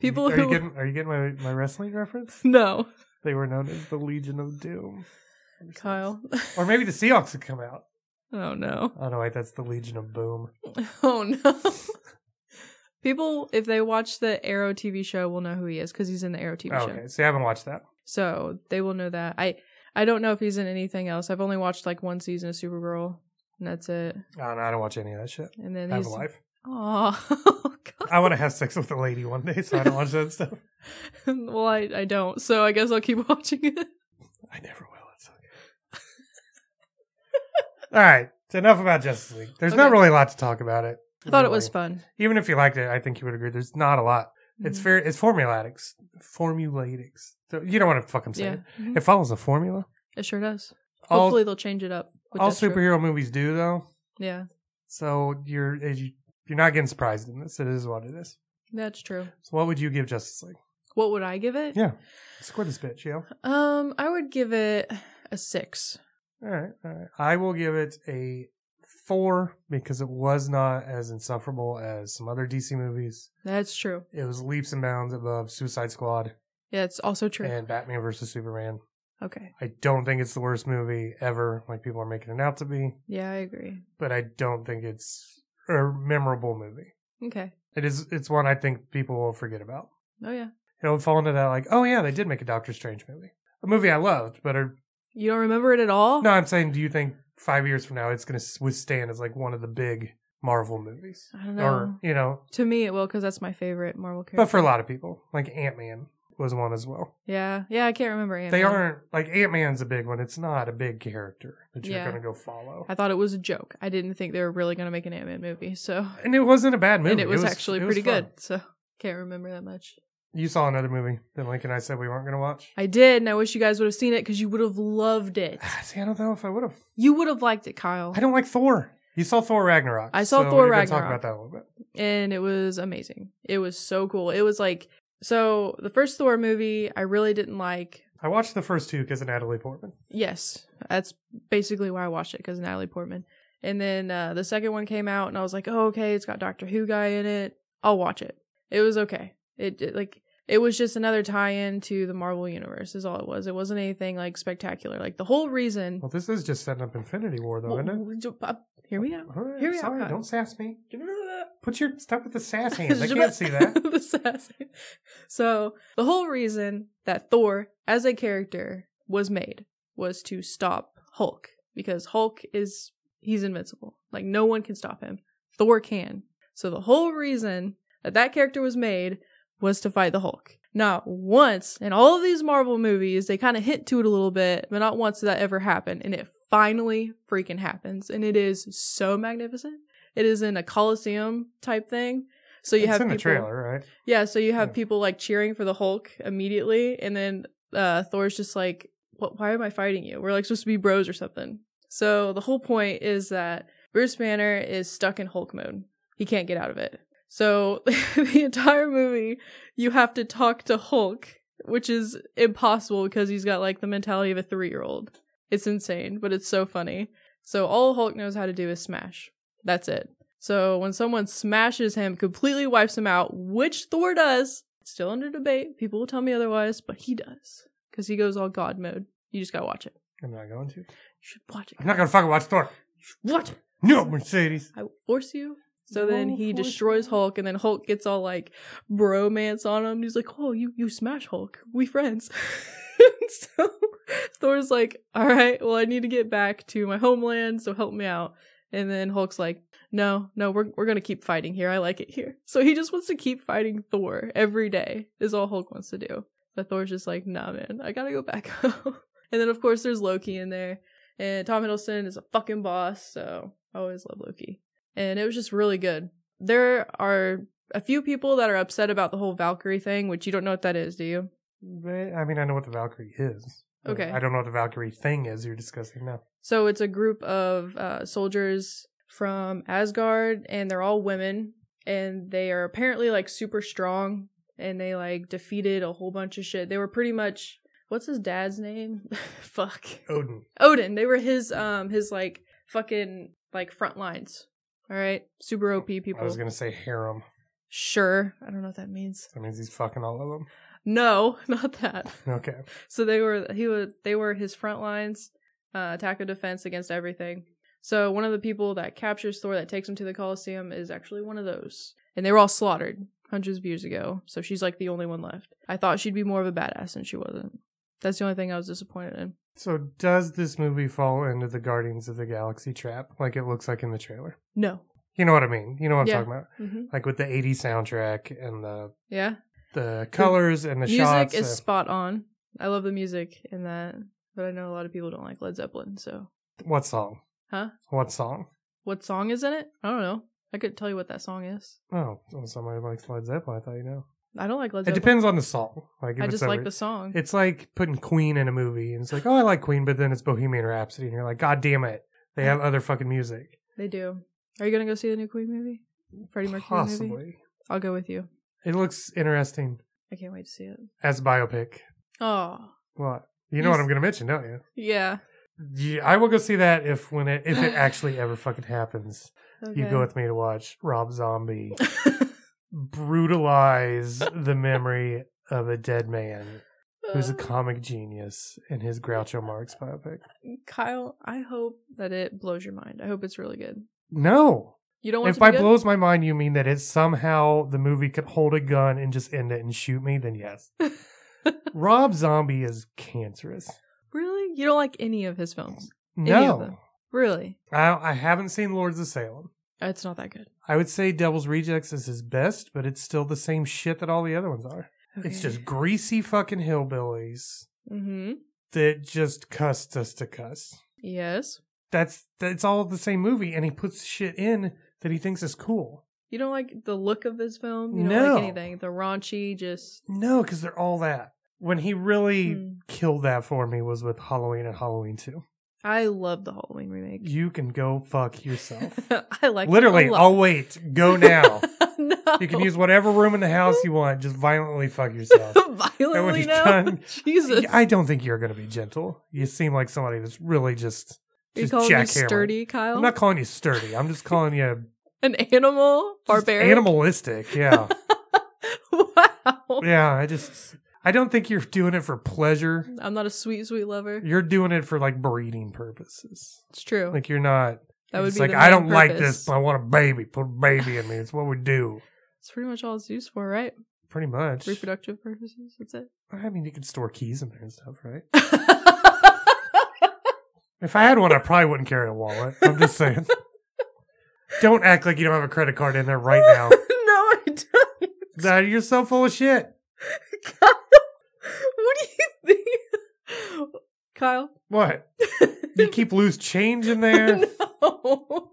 Speaker 2: people
Speaker 1: are
Speaker 2: who
Speaker 1: you getting are you getting my, my wrestling reference
Speaker 2: no,
Speaker 1: they were known as the legion of doom
Speaker 2: Kyle.
Speaker 1: or maybe the seahawks would come out
Speaker 2: oh no.
Speaker 1: oh no wait that's the legion of boom
Speaker 2: Oh no. people, if they watch the Arrow TV show, will know who he is because he's in the Arrow TV
Speaker 1: Oh,
Speaker 2: show.
Speaker 1: okay so you haven't watched that
Speaker 2: So they will know that. I I don't know if he's in anything else. I've only watched like one season of Supergirl, and that's it.
Speaker 1: I don't, know, Oh, I don't watch any of that shit.
Speaker 2: And then
Speaker 1: I have
Speaker 2: he's
Speaker 1: a life.
Speaker 2: Aw. oh god.
Speaker 1: I want to have sex with a lady one day, so I don't watch that stuff.
Speaker 2: well, I I don't. So I guess I'll keep watching it.
Speaker 1: I never will. It's okay. All right. It's enough about Justice League. There's not
Speaker 2: Okay.
Speaker 1: really a lot to talk about it.
Speaker 2: I thought it was
Speaker 1: really.
Speaker 2: fun.
Speaker 1: Even if you liked it, I think you would agree. There's not a lot. It's
Speaker 2: Mhm.
Speaker 1: fair. It's formulatics. Formulatics. So you don't want to fucking say
Speaker 2: Yeah,
Speaker 1: it.
Speaker 2: Mhm.
Speaker 1: It follows a formula.
Speaker 2: it sure does.
Speaker 1: All-
Speaker 2: Hopefully they'll change it up. with
Speaker 1: all
Speaker 2: Deathstroke.
Speaker 1: superhero movies do though.
Speaker 2: Yeah,
Speaker 1: So you're as you, you're not getting surprised in this. It is what it is.
Speaker 2: that's true.
Speaker 1: So what would you give Justice League?
Speaker 2: What would I give it?
Speaker 1: Yeah. Score this bitch, yo.
Speaker 2: Um, I would give it a six.
Speaker 1: All right, all right. I will give it a four because it was not as insufferable as some other DC movies.
Speaker 2: That's true.
Speaker 1: It was leaps and bounds above Suicide Squad
Speaker 2: Yeah, it's also true.
Speaker 1: and Batman versus Superman.
Speaker 2: okay.
Speaker 1: I don't think it's the worst movie ever, like people are making it out to be,
Speaker 2: Yeah, I agree.
Speaker 1: but I don't think it's a memorable movie.
Speaker 2: Okay.
Speaker 1: It is. It's one I think people will forget about.
Speaker 2: Oh yeah.
Speaker 1: It'll fall into that like, oh yeah, they did make a Doctor Strange movie, a movie I loved, but are,
Speaker 2: You don't remember it at all?
Speaker 1: no, I'm saying, do you think five years from now it's going to withstand as like one of the big Marvel movies?
Speaker 2: I don't know.
Speaker 1: or you know
Speaker 2: to me, it will because that's my favorite Marvel character.
Speaker 1: but for a lot of people like ant-man was one as well
Speaker 2: yeah, yeah, I can't remember. Ant-Man.
Speaker 1: they aren't like ant-man's a big one it's not a big character that you're
Speaker 2: Yeah.
Speaker 1: gonna go follow
Speaker 2: I thought it was a joke. I didn't think they were really gonna make an Ant Man movie. So
Speaker 1: and it wasn't a bad movie
Speaker 2: and it was, actually
Speaker 1: it was
Speaker 2: pretty
Speaker 1: fun.
Speaker 2: good. So can't remember that much.
Speaker 1: you saw another movie that link and i said we weren't gonna watch
Speaker 2: I did, and I wish you guys would have seen it because you would have loved it.
Speaker 1: Ah, see i don't know if i would have
Speaker 2: You would have liked it, Kyle,
Speaker 1: i don't like thor you saw thor ragnarok
Speaker 2: I saw
Speaker 1: so
Speaker 2: Thor
Speaker 1: we're gonna talk
Speaker 2: Ragnarok.
Speaker 1: about that a little bit
Speaker 2: and it was amazing. It was so cool. It was like so the first Thor movie I really didn't like.
Speaker 1: i watched the first two because of natalie portman
Speaker 2: Yes, that's basically why I watched it because Natalie Portman. And then uh, the second one came out, and I was like, oh, okay, it's got Doctor Who guy in it. I'll watch it. It was okay. It, it like it was just another tie-in to the Marvel universe. Is all it was. It wasn't anything like spectacular. Like the whole reason.
Speaker 1: well this is just setting up infinity war though
Speaker 2: Well,
Speaker 1: isn't it
Speaker 2: ju- uh, hear me out.
Speaker 1: All right,
Speaker 2: Here we are,
Speaker 1: sorry,
Speaker 2: Kyle.
Speaker 1: don't sass me. Put your stuff with the sass hands. I can't see that.
Speaker 2: the assassin. So the whole reason that Thor, as a character, was made was to stop Hulk because Hulk is he's invincible. Like no one can stop him. Thor can. So the whole reason that that character was made was to fight the Hulk. Not once in all of these Marvel movies, they kind of hint to it a little bit, but not once did that ever happen. And it finally freaking happens. And it is so magnificent. It is in a Coliseum type thing. So you
Speaker 1: it's
Speaker 2: have
Speaker 1: in the
Speaker 2: people,
Speaker 1: trailer, right?
Speaker 2: yeah, so you have
Speaker 1: Yeah.
Speaker 2: people like cheering for the Hulk immediately, and then uh, Thor's just like, "What? Why am I fighting you? We're like supposed to be bros or something." So the whole point is that Bruce Banner is stuck in Hulk mode. He can't get out of it. So the entire movie, you have to talk to Hulk, which is impossible because he's got like the mentality of a three-year-old. It's insane, but it's so funny. So all Hulk knows how to do is smash. That's it. So when someone smashes him, completely wipes him out, which Thor does, it's still under debate. People will tell me otherwise, but he does. Because he goes all God mode. You just gotta watch it.
Speaker 1: I'm not going to.
Speaker 2: You should watch it.
Speaker 1: I'm not gonna fucking watch Thor.
Speaker 2: You should watch it.
Speaker 1: No, Mercedes.
Speaker 2: I will force you. So then
Speaker 1: No
Speaker 2: he
Speaker 1: force.
Speaker 2: destroys Hulk, and then Hulk gets all like bromance on him. And he's like, "Oh, you you smash Hulk, we friends." And so Thor's like, "All right, well, I need to get back to my homeland, so help me out." And then Hulk's like, "No, no, we're we're gonna keep fighting here. I like it here." So he just wants to keep fighting Thor every day. Is all Hulk wants to do. But Thor's just like, "Nah, man, I gotta go back home." and then of course there's Loki in there, and Tom Hiddleston is a fucking boss. So I always love Loki and it was just really good. There are a few people that are upset about the whole Valkyrie thing, which you don't know what that is, do you?
Speaker 1: They- I mean, I know what the Valkyrie is. but
Speaker 2: Okay.
Speaker 1: I don't know what the Valkyrie thing is you're discussing now.
Speaker 2: So it's a group of uh, soldiers from Asgard, and they're all women, and they are apparently like super strong, and they like defeated a whole bunch of shit. They were pretty much what's his dad's name? Fuck,
Speaker 1: Odin.
Speaker 2: Odin. They were his um his like fucking like front lines. All right, super OP
Speaker 1: I was
Speaker 2: people.
Speaker 1: gonna say harem.
Speaker 2: Sure, I don't know what that means.
Speaker 1: That means he's fucking all of them.
Speaker 2: No, not that.
Speaker 1: Okay.
Speaker 2: So they were he was they were his front lines, uh, attack of defense against everything. So one of the people that captures Thor that takes him to the Coliseum is actually one of those, and they were all slaughtered hundreds of years ago. So she's like the only one left. I thought she'd be more of a badass, and she wasn't. That's the only thing I was disappointed in.
Speaker 1: So does this movie fall into the Guardians of the Galaxy trap, like it looks like in the trailer?
Speaker 2: No.
Speaker 1: You know what I mean? You know what I'm
Speaker 2: Yeah.
Speaker 1: talking about?
Speaker 2: hmm
Speaker 1: Like with the 80s soundtrack and the
Speaker 2: Yeah.
Speaker 1: the colors and the
Speaker 2: music
Speaker 1: shots.
Speaker 2: is
Speaker 1: uh,
Speaker 2: spot on. I love the music in that, but I know a lot of people don't like Led Zeppelin. So
Speaker 1: what song?
Speaker 2: Huh?
Speaker 1: What song?
Speaker 2: what song is in it? I don't know. I couldn't tell you what that song is.
Speaker 1: Oh, well, somebody likes Led Zeppelin. I thought you know.
Speaker 2: I don't like Led
Speaker 1: It
Speaker 2: Zeppelin.
Speaker 1: depends on the song. Like if
Speaker 2: I
Speaker 1: it's
Speaker 2: just
Speaker 1: a-
Speaker 2: like the song.
Speaker 1: It's like putting Queen in a movie, and it's like, oh, I like Queen, but then it's Bohemian Rhapsody, and you're like, God damn it, they have other fucking music.
Speaker 2: they do. Are you gonna go see the new Queen movie? Freddie Mercury movie.
Speaker 1: Possibly,
Speaker 2: I'll go with you.
Speaker 1: it looks interesting
Speaker 2: I can't wait to see it.
Speaker 1: as a biopic.
Speaker 2: Oh
Speaker 1: What you know what
Speaker 2: Yes.
Speaker 1: I'm going to mention, don't you?
Speaker 2: yeah.
Speaker 1: Yeah, I will go see that if when it if it actually ever fucking happens.
Speaker 2: Okay.
Speaker 1: You go with me to watch Rob Zombie brutalize the memory of a dead man who's a
Speaker 2: Uh,
Speaker 1: comic genius in his Groucho Marx biopic.
Speaker 2: Kyle, I hope that it blows your mind. I hope it's really good.
Speaker 1: No,
Speaker 2: You don't want
Speaker 1: If
Speaker 2: it to be
Speaker 1: by
Speaker 2: good?
Speaker 1: blows my mind you mean that it's somehow the movie could hold a gun and just end it and shoot me, then yes. Rob Zombie is cancerous.
Speaker 2: really? You don't like any of his films? of them.
Speaker 1: No.
Speaker 2: Really?
Speaker 1: I, I haven't seen Lords of Salem.
Speaker 2: It's not that good.
Speaker 1: I would say Devil's Rejects is his best, but it's still the same shit that all the other ones are. It's just greasy fucking hillbillies
Speaker 2: Mm-hmm.
Speaker 1: that just cussed us to cuss.
Speaker 2: Yes.
Speaker 1: That's that's all the same movie, and he puts shit in that he thinks is cool.
Speaker 2: You don't like the look of this film. You don't
Speaker 1: No.
Speaker 2: like anything. The raunchy, just
Speaker 1: No, because they're all that. When he really
Speaker 2: Mm.
Speaker 1: killed that for me was with Halloween and Halloween 2.
Speaker 2: I love the Halloween remake.
Speaker 1: You can go fuck yourself.
Speaker 2: I like it a
Speaker 1: Literally,
Speaker 2: lot.
Speaker 1: I'll wait. Go now.
Speaker 2: no.
Speaker 1: you can use whatever room in the house you want. Just violently fuck yourself.
Speaker 2: violently
Speaker 1: he's
Speaker 2: now.
Speaker 1: done.
Speaker 2: Jesus,
Speaker 1: I don't think you're going to be gentle. You seem like somebody that's really just.
Speaker 2: you
Speaker 1: just
Speaker 2: calling me
Speaker 1: jackhammering.
Speaker 2: sturdy, Kyle?
Speaker 1: I'm not calling you sturdy. I'm just calling you
Speaker 2: An animal,
Speaker 1: just
Speaker 2: barbarian.
Speaker 1: animalistic. Yeah.
Speaker 2: wow.
Speaker 1: yeah. I just. I don't think you're doing it for pleasure.
Speaker 2: I'm not a sweet, sweet lover.
Speaker 1: You're doing it for like breeding purposes.
Speaker 2: It's true.
Speaker 1: Like you're not.
Speaker 2: that would
Speaker 1: it's
Speaker 2: be
Speaker 1: like
Speaker 2: the
Speaker 1: I
Speaker 2: main
Speaker 1: don't like this,
Speaker 2: purpose.
Speaker 1: but I want a baby. Put a baby in me. It's what we do,
Speaker 2: It's pretty much all it's used for, right?
Speaker 1: pretty much.
Speaker 2: Reproductive purposes. That's it.
Speaker 1: I mean, you can store keys in there and stuff, right?
Speaker 2: I
Speaker 1: If I had one, I probably wouldn't carry a wallet. I'm just saying. don't act like you don't have a credit card in there right now.
Speaker 2: no, I don't.
Speaker 1: Nah, You're so full of shit.
Speaker 2: Kyle, what do you think? Kyle,
Speaker 1: What? You keep loose change in there?
Speaker 2: no.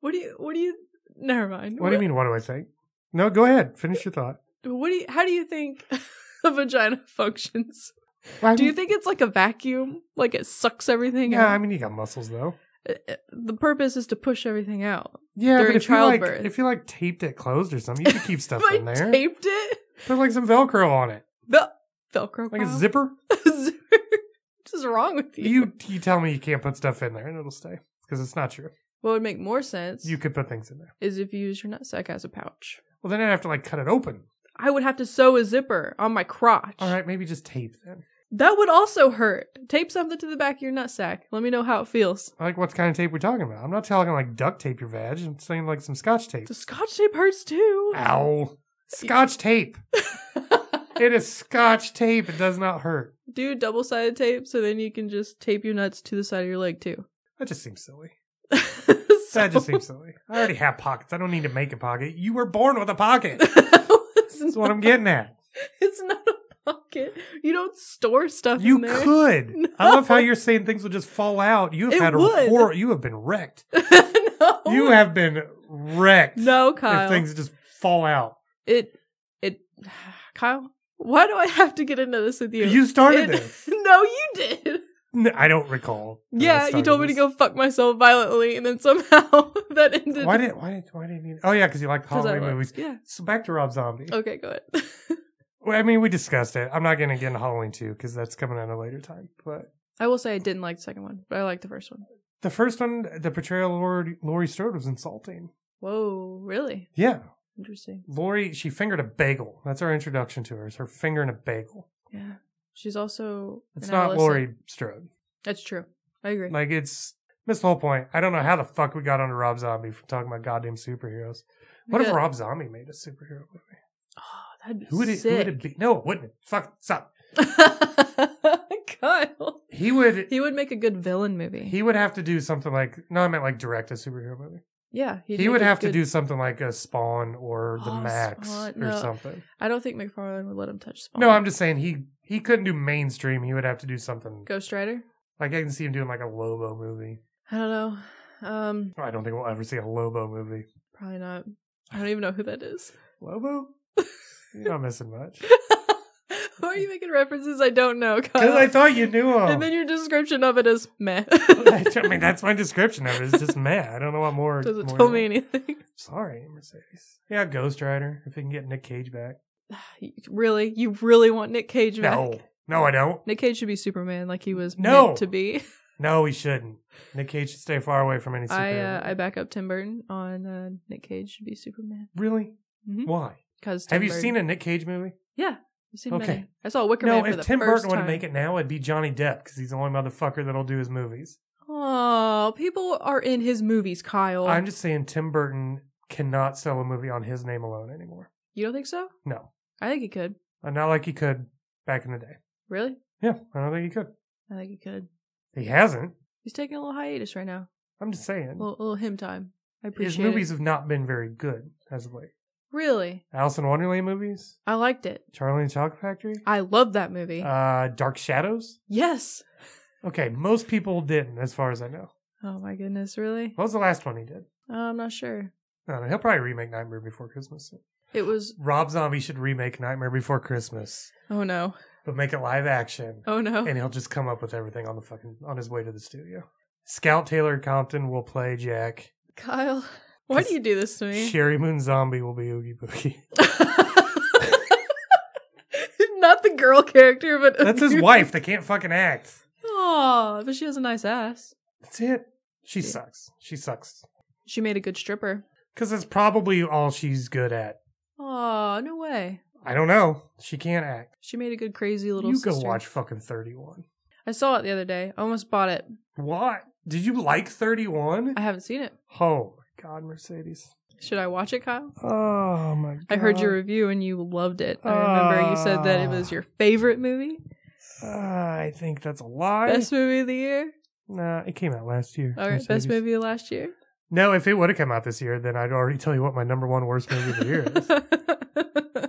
Speaker 2: What do you? What do you? Never mind.
Speaker 1: What do you mean? What do I think? No, go ahead. Finish your thought.
Speaker 2: What do you? How do you think a vagina functions?
Speaker 1: I
Speaker 2: Do you
Speaker 1: mean-
Speaker 2: think it's like a vacuum? Like it sucks everything
Speaker 1: Um, Yeah, I
Speaker 2: out.
Speaker 1: mean, you got muscles though.
Speaker 2: It- it- the purpose is to push everything out.
Speaker 1: Yeah,
Speaker 2: During
Speaker 1: but if you like,
Speaker 2: childbirth.
Speaker 1: if you like taped it closed or something, you can keep stuff
Speaker 2: If I
Speaker 1: in there.
Speaker 2: taped it.
Speaker 1: Put like some Velcro on it,
Speaker 2: The Velcro.
Speaker 1: like
Speaker 2: Kyle.
Speaker 1: a zipper.
Speaker 2: what is wrong with you?
Speaker 1: You you tell me you can't put stuff in there and it'll stay because it's not true.
Speaker 2: What would make more sense
Speaker 1: You could put things in there.
Speaker 2: is if you use your nutsack as a pouch.
Speaker 1: Well, then I'd have to like cut it open.
Speaker 2: I would have to sew a zipper on my crotch.
Speaker 1: All right, maybe just tape then.
Speaker 2: That would also hurt. Tape something to the back of your nutsack. Let me know how it feels.
Speaker 1: Like what kind of tape we're talking about? I'm not talking like duct tape your vag. I'm saying like some Scotch tape.
Speaker 2: The scotch tape hurts too.
Speaker 1: Ow! Scotch tape. It is Scotch tape. It does not hurt.
Speaker 2: Do double sided tape so then you can just tape your nuts to the side of your leg too.
Speaker 1: That just seems silly.
Speaker 2: so,
Speaker 1: That just seems silly. I already have pockets. I don't need to make a pocket. You were born with a pocket.
Speaker 2: it's,
Speaker 1: That's what
Speaker 2: not,
Speaker 1: I'm getting at.
Speaker 2: it's not a pocket. You don't store stuff
Speaker 1: You
Speaker 2: in there.
Speaker 1: could. I love how you're saying things will just fall out. You have
Speaker 2: It
Speaker 1: had a
Speaker 2: would.
Speaker 1: horror. You have been wrecked.
Speaker 2: no.
Speaker 1: You have been wrecked.
Speaker 2: Oh no,
Speaker 1: If
Speaker 2: Kyle.
Speaker 1: things just fall out.
Speaker 2: It it Kyle, why do I have to get into this with you?
Speaker 1: You started
Speaker 2: It-
Speaker 1: this.
Speaker 2: No, you did.
Speaker 1: N- I don't recall. that I
Speaker 2: Yeah, you
Speaker 1: started
Speaker 2: told me to
Speaker 1: this.
Speaker 2: go fuck myself violently, and then somehow that ended.
Speaker 1: Why did why did why did you? Oh yeah, because you like
Speaker 2: 'cause I
Speaker 1: Halloween
Speaker 2: lo-
Speaker 1: movies.
Speaker 2: Yeah.
Speaker 1: So back to Rob Zombie.
Speaker 2: Okay, go ahead.
Speaker 1: Well, I mean, we discussed it. I'm not going to get into Halloween two because that's coming at a later time. But
Speaker 2: I will say I didn't like the second one, but I liked the first one.
Speaker 1: The first one, the portrayal of Lori, Lori Strode was insulting.
Speaker 2: Whoa, really
Speaker 1: Yeah,
Speaker 2: interesting.
Speaker 1: Lori, she fingered a bagel. That's our introduction to her. Is her fingering a bagel?
Speaker 2: Yeah, she's also.
Speaker 1: It's
Speaker 2: an
Speaker 1: not
Speaker 2: adolescent.
Speaker 1: Lori Strode.
Speaker 2: That's true. I agree.
Speaker 1: Like it's missed the whole point. I don't know how the fuck we got onto Rob Zombie from talking about goddamn superheroes. What if
Speaker 2: Yeah.
Speaker 1: Rob Zombie made a superhero movie?
Speaker 2: Oh, that'd be
Speaker 1: Who would it? Who would
Speaker 2: sick.
Speaker 1: it be? No, it wouldn't. Fuck, stop.
Speaker 2: Kyle.
Speaker 1: He would
Speaker 2: He would make a good villain movie.
Speaker 1: he would have to do something like no, I meant like direct a superhero movie.
Speaker 2: yeah, he'd
Speaker 1: He
Speaker 2: make
Speaker 1: would
Speaker 2: a
Speaker 1: have to
Speaker 2: good-
Speaker 1: do something like a Spawn or the
Speaker 2: Oh,
Speaker 1: Max
Speaker 2: Spawn,
Speaker 1: or
Speaker 2: no. Oh
Speaker 1: something.
Speaker 2: I don't think McFarlane would let him touch Spawn.
Speaker 1: No, I'm just saying he he couldn't do mainstream. He would have to do something
Speaker 2: Ghost Rider.
Speaker 1: like I can see him doing like a Lobo movie.
Speaker 2: I don't know. Um,
Speaker 1: Oh, I don't think we'll ever see a Lobo movie.
Speaker 2: probably not. I don't even know who that is.
Speaker 1: Lobo? You're not missing much.
Speaker 2: Why are you making references I don't know,
Speaker 1: Because
Speaker 2: Kyle?
Speaker 1: I thought you knew him.
Speaker 2: and then your description of it is meh.
Speaker 1: I mean, that's my description of it. It's just meh. I don't know what more.
Speaker 2: Doesn't
Speaker 1: more
Speaker 2: tell
Speaker 1: you
Speaker 2: me
Speaker 1: want.
Speaker 2: anything.
Speaker 1: Sorry, Mercedes. Yeah, Ghost Rider. If we can get Nick Cage back.
Speaker 2: really? You really want Nick Cage back?
Speaker 1: No, no, I don't.
Speaker 2: Nick Cage should be Superman like he was
Speaker 1: No.
Speaker 2: meant to be.
Speaker 1: No, he shouldn't. Nick Cage should stay far away from any
Speaker 2: I
Speaker 1: superhero.
Speaker 2: uh, I back up Tim Burton on uh, Nick Cage should be Superman.
Speaker 1: really?
Speaker 2: Mhm.
Speaker 1: Why?
Speaker 2: Because
Speaker 1: Have you seen a Nick Cage movie?
Speaker 2: Yeah, I've seen
Speaker 1: Okay.
Speaker 2: many. I saw Wicker
Speaker 1: No,
Speaker 2: Man for the
Speaker 1: if Tim
Speaker 2: first
Speaker 1: Burton would
Speaker 2: time.
Speaker 1: make it now, it'd be Johnny Depp because he's the only motherfucker that'll do his movies.
Speaker 2: Oh, people are in his movies, Kyle.
Speaker 1: I'm just saying, Tim Burton cannot sell a movie on his name alone anymore.
Speaker 2: You don't think so?
Speaker 1: No,
Speaker 2: I think he could.
Speaker 1: Uh, not like he could back in the day.
Speaker 2: Really?
Speaker 1: Yeah, I don't think he could.
Speaker 2: I think he could.
Speaker 1: He hasn't.
Speaker 2: He's taking a little hiatus right now.
Speaker 1: I'm just saying.
Speaker 2: A little, a little him time. I
Speaker 1: his
Speaker 2: appreciate
Speaker 1: movies
Speaker 2: it.
Speaker 1: have not been very good as of late.
Speaker 2: Really?
Speaker 1: Alice in Wonderland movies,
Speaker 2: I liked it.
Speaker 1: Charlie and the Chocolate Factory,
Speaker 2: I love that movie.
Speaker 1: uh, Dark Shadows.
Speaker 2: yes.
Speaker 1: Okay, most people didn't, as far as I know.
Speaker 2: Oh my goodness, really?
Speaker 1: What was the last one he did?
Speaker 2: Uh, I'm not sure.
Speaker 1: I don't know. He'll probably remake Nightmare Before Christmas.
Speaker 2: It was.
Speaker 1: Rob Zombie should remake Nightmare Before Christmas,
Speaker 2: Oh no.
Speaker 1: but make it live action,
Speaker 2: Oh no.
Speaker 1: and he'll just come up with everything on the fucking on his way to the studio. Scout Taylor Compton will play Jack.
Speaker 2: Kyle, why do you do this to me?
Speaker 1: Sherry Moon Zombie will be Oogie Boogie.
Speaker 2: Not the girl character, but
Speaker 1: That's his wife. They can't fucking act.
Speaker 2: Oh, but she has a nice ass.
Speaker 1: That's it. She
Speaker 2: Yeah.
Speaker 1: sucks. She sucks.
Speaker 2: She made a good stripper.
Speaker 1: Because that's probably all she's good at.
Speaker 2: Oh, no way.
Speaker 1: I don't know. She can't act.
Speaker 2: She made a good crazy little
Speaker 1: you
Speaker 2: sister.
Speaker 1: go watch fucking 31.
Speaker 2: I saw it the other day. I almost bought it.
Speaker 1: What? Did you like 31?
Speaker 2: I haven't seen it.
Speaker 1: Oh my god, Mercedes.
Speaker 2: Should I watch it, Kyle?
Speaker 1: Oh my god.
Speaker 2: I heard your review and you loved it. I remember you said that it was
Speaker 1: Ah.
Speaker 2: your favorite movie,
Speaker 1: Uh, I think that's a lie.
Speaker 2: best movie of the year.
Speaker 1: Nah, it came out last year.
Speaker 2: All right,
Speaker 1: Mercedes.
Speaker 2: best movie of last year.
Speaker 1: No, if it would have come out this year, then I'd already tell you what my number one worst movie of the year is.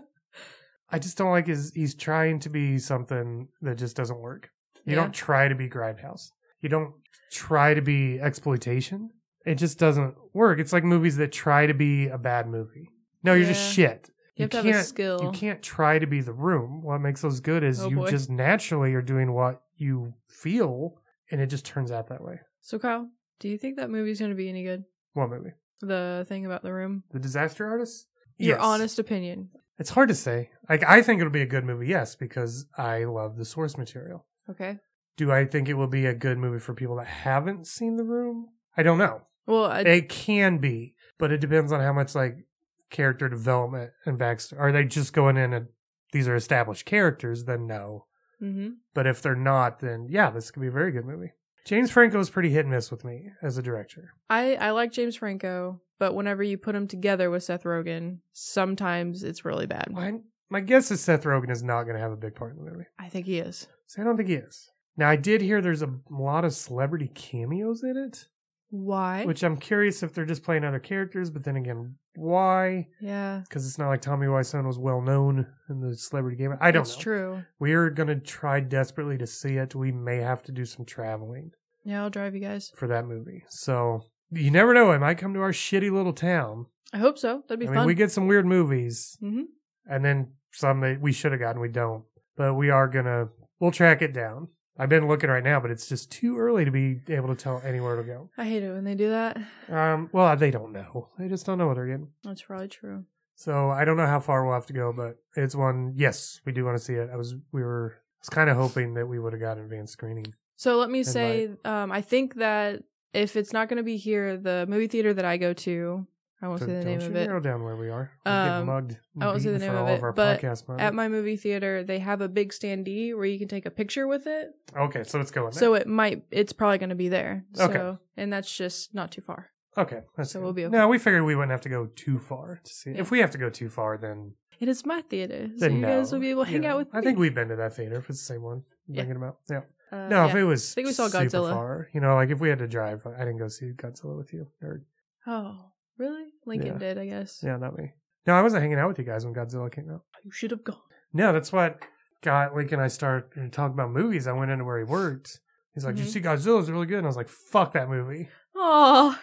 Speaker 1: I just don't like his. He's trying to be something that just doesn't work. You
Speaker 2: Yeah.
Speaker 1: don't try to be grindhouse. You don't try to be exploitation. It just doesn't work. It's like movies that try to be a bad movie. No, you're just shit.
Speaker 2: you have to have a skill.
Speaker 1: You can't try to be the room. What makes those good is
Speaker 2: Oh,
Speaker 1: you
Speaker 2: boy.
Speaker 1: just naturally are doing what you feel, and it just turns out that way.
Speaker 2: So, Kyle, do you think that movie's going to be any good?
Speaker 1: What movie?
Speaker 2: The thing about the room.
Speaker 1: The Disaster Artist.
Speaker 2: Your
Speaker 1: Yes.
Speaker 2: honest opinion.
Speaker 1: It's hard to say. Like I think it'll be a good movie, yes, because I love the source material.
Speaker 2: Okay.
Speaker 1: Do I think it will be a good movie for people that haven't seen The Room? I don't know.
Speaker 2: Well, I,
Speaker 1: It can be, but it depends on how much like character development and backstory. Are they just going in and these are established characters? Then no.
Speaker 2: hmm
Speaker 1: But if they're not, then yeah, this could be a very good movie. James Franco is pretty hit and miss with me as a director.
Speaker 2: I I like James Franco, but whenever you put him together with Seth Rogen, sometimes it's really bad.
Speaker 1: My, my guess is Seth Rogen is not going to have a big part in the movie.
Speaker 2: I think he is.
Speaker 1: So I don't think he is. Now I did hear there's a lot of celebrity cameos in it,
Speaker 2: Why?
Speaker 1: which I'm curious if they're just playing other characters. But then again, why?
Speaker 2: yeah,
Speaker 1: because it's not like Tommy Wiseau was well known in the celebrity game. I don't
Speaker 2: it's
Speaker 1: know.
Speaker 2: true.
Speaker 1: We're gonna try desperately to see it. We may have to do some traveling
Speaker 2: Yeah, I'll drive you guys.
Speaker 1: for that movie. So you never know. It might come to our shitty little town.
Speaker 2: I hope so. That'd
Speaker 1: I
Speaker 2: be
Speaker 1: mean,
Speaker 2: fun.
Speaker 1: we get some weird movies,
Speaker 2: mm-hmm.
Speaker 1: and then some that we should have gotten we don't. But we are gonna we'll track it down. I've been looking right now, but it's just too early to be able to tell anywhere to go.
Speaker 2: I hate it when they do that.
Speaker 1: Um, well, they don't know. They just don't know what they're getting.
Speaker 2: That's probably true.
Speaker 1: So I don't know how far we'll have to go, but it's one. Yes, we do want to see it. I was we were I was kind of hoping that we would have got an advanced screening.
Speaker 2: So let me
Speaker 1: And
Speaker 2: say, um, I think that if it's not going to be here, the movie theater that I go to, I won't
Speaker 1: So
Speaker 2: say the
Speaker 1: don't
Speaker 2: name
Speaker 1: shoot
Speaker 2: of
Speaker 1: the
Speaker 2: it.
Speaker 1: arrow down where we are. We're
Speaker 2: Um,
Speaker 1: getting mugged. and
Speaker 2: I won't say
Speaker 1: beaten
Speaker 2: the name
Speaker 1: for
Speaker 2: of
Speaker 1: all
Speaker 2: it,
Speaker 1: of our
Speaker 2: but
Speaker 1: podcast money.
Speaker 2: At my movie theater, they have a big standee where you can take a picture with it.
Speaker 1: okay, so let's go in there.
Speaker 2: So it might it's probably going to be there. So
Speaker 1: Okay.
Speaker 2: and that's just not too far.
Speaker 1: okay, that's
Speaker 2: so
Speaker 1: good.
Speaker 2: we'll be okay.
Speaker 1: No, we figured we wouldn't have to go too far to see. it.
Speaker 2: Yeah.
Speaker 1: If we have to go too far, then
Speaker 2: It is my theater, so you guys will be able to hang out with
Speaker 1: I
Speaker 2: me.
Speaker 1: think we've been to that theater if it's the same one. I'm
Speaker 2: Yeah.
Speaker 1: Thinking about yeah.
Speaker 2: Uh,
Speaker 1: No,
Speaker 2: yeah.
Speaker 1: if it was,
Speaker 2: I think we saw
Speaker 1: super
Speaker 2: Godzilla.
Speaker 1: Far, you know, like if we had to drive, I didn't go see Godzilla with you. Nerd.
Speaker 2: Oh, really? Lincoln
Speaker 1: Yeah.
Speaker 2: did, I guess.
Speaker 1: Yeah, not me. No, I wasn't hanging out with you guys when Godzilla came out.
Speaker 2: You should have gone.
Speaker 1: No, that's what got Lincoln and I started talking about movies. I went into where he worked. He's like, "Did
Speaker 2: Mhm.
Speaker 1: you see Godzilla's really good," and I was like, "Fuck that movie."
Speaker 2: Oh,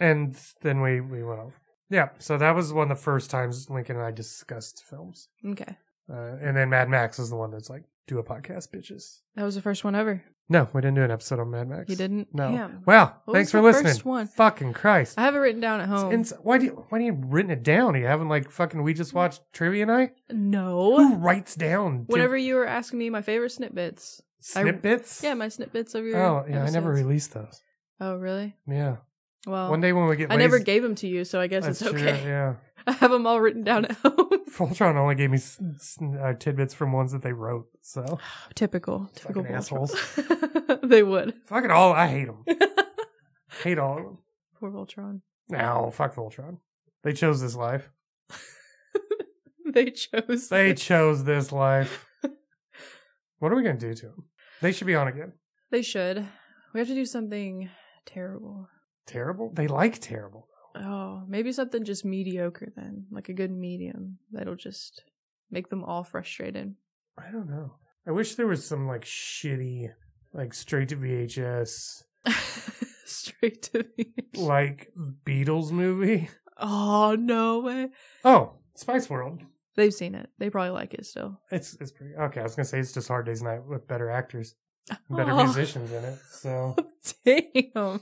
Speaker 1: And then we we went off. Yeah, so that was one of the first times Lincoln and I discussed films.
Speaker 2: okay.
Speaker 1: Uh, and then Mad Max is the one that's like, "Do a podcast, bitches."
Speaker 2: That was the first one ever.
Speaker 1: No, we didn't do an episode on Mad Max.
Speaker 2: You didn't?
Speaker 1: No.
Speaker 2: Damn.
Speaker 1: Wow.
Speaker 2: What
Speaker 1: thanks
Speaker 2: was
Speaker 1: for
Speaker 2: the
Speaker 1: listening.
Speaker 2: first one?
Speaker 1: Fucking Christ.
Speaker 2: I have it written down at home.
Speaker 1: It's ins- why do you why do you written it down? Are you having like fucking we just watched trivia night? Who
Speaker 2: no.
Speaker 1: writes down
Speaker 2: Whenever you were asking me my favorite snippets. I-
Speaker 1: snippets?
Speaker 2: Yeah, my snippets of your.
Speaker 1: Oh yeah, I never
Speaker 2: episodes.
Speaker 1: released those.
Speaker 2: Oh, really?
Speaker 1: Yeah.
Speaker 2: Well,
Speaker 1: One day when we get
Speaker 2: I never
Speaker 1: lazy-
Speaker 2: gave them to you, so I guess it's
Speaker 1: That's true,
Speaker 2: okay.
Speaker 1: yeah.
Speaker 2: I have them all written down at home.
Speaker 1: Voltron only gave me s- s- uh, tidbits from ones that they wrote. So
Speaker 2: typical. Typical
Speaker 1: Fucking
Speaker 2: Voltron. they would.
Speaker 1: fucking all. I hate them. hate all of them.
Speaker 2: Poor Voltron.
Speaker 1: No, fuck Voltron. They chose this life.
Speaker 2: They chose.
Speaker 1: They
Speaker 2: this.
Speaker 1: chose this life. What are we gonna do to them? They should be on again.
Speaker 2: They should. We have to do something terrible.
Speaker 1: Terrible. They like terrible.
Speaker 2: Oh, maybe something just mediocre then, like a good medium that'll just make them all frustrated.
Speaker 1: I don't know. I wish there was some like shitty, like straight to VHS,
Speaker 2: Straight to me.
Speaker 1: like Beatles movie.
Speaker 2: Oh no way!
Speaker 1: Oh, Spice World.
Speaker 2: They've seen it. They probably like it still.
Speaker 1: It's it's pretty okay. I was gonna say it's just Hard Days Night with better actors, better
Speaker 2: Oh.
Speaker 1: musicians in it. So
Speaker 2: Damn.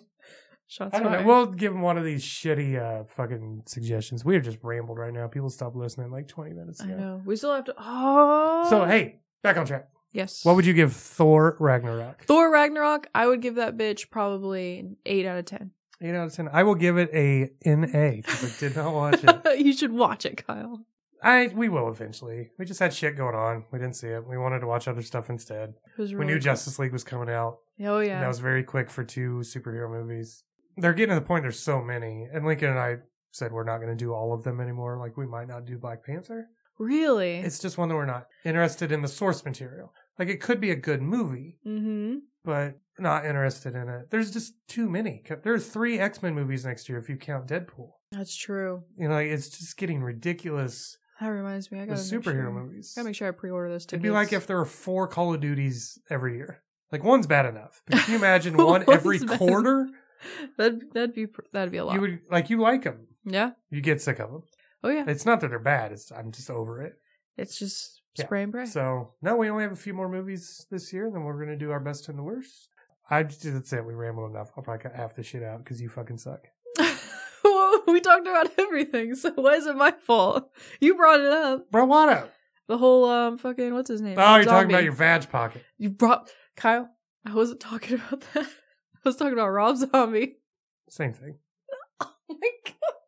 Speaker 2: Shots
Speaker 1: I don't know.
Speaker 2: fired.
Speaker 1: We'll give them one of these shitty uh, fucking suggestions. We have just rambled right now. People stopped listening like twenty minutes
Speaker 2: I
Speaker 1: ago.
Speaker 2: know. We still have to. Oh.
Speaker 1: So hey, back on track.
Speaker 2: Yes.
Speaker 1: What would you give Thor Ragnarok?
Speaker 2: Thor Ragnarok? I would give that bitch probably an eight out of ten.
Speaker 1: Eight out of ten. I will give it a NA because I did not watch it.
Speaker 2: you should watch it, Kyle.
Speaker 1: I we will eventually. We just had shit going on. We didn't see it. We wanted to watch other stuff instead.
Speaker 2: It was
Speaker 1: we
Speaker 2: really
Speaker 1: knew Justice League was coming out.
Speaker 2: Oh
Speaker 1: and
Speaker 2: yeah.
Speaker 1: That was very quick for two superhero movies. They're getting to the point. There's so many, and Lincoln and I said we're not going to do all of them anymore. Like we might not do Black Panther.
Speaker 2: really.
Speaker 1: It's just one that we're not interested in the source material. Like it could be a good movie,
Speaker 2: mm-hmm.
Speaker 1: but not interested in it. There's just too many. There are three X Men movies next year if you count Deadpool.
Speaker 2: That's true.
Speaker 1: You know, like, it's just getting ridiculous.
Speaker 2: That reminds me. I
Speaker 1: The
Speaker 2: gotta make
Speaker 1: superhero
Speaker 2: sure-
Speaker 1: movies.
Speaker 2: Gotta make sure I pre-order those tickets.
Speaker 1: It'd be like if there were four Call of Duties every year. Like one's bad enough. But can you imagine one every
Speaker 2: One's bad
Speaker 1: quarter?
Speaker 2: that that'd be pr- that'd be a lot.
Speaker 1: You would like you like them.
Speaker 2: yeah.
Speaker 1: You get sick of them.
Speaker 2: Oh yeah.
Speaker 1: It's not that they're bad. It's I'm just over it.
Speaker 2: It's just
Speaker 1: Yeah.
Speaker 2: spray and pray.
Speaker 1: So no, we only have a few more movies this year. Then we're gonna do our best and the worst. I just that's it. We rambled enough. I'll probably cut half the shit out because you fucking suck.
Speaker 2: Well, we talked about everything, so why is it my fault? You brought it up.
Speaker 1: Bro, what up?
Speaker 2: The whole um fucking what's his name?
Speaker 1: Oh, you're talking
Speaker 2: Zombie.
Speaker 1: about your vag pocket.
Speaker 2: You brought Kyle. I wasn't talking about that. I was talking about Rob Zombie.
Speaker 1: Same thing.
Speaker 2: Oh my god.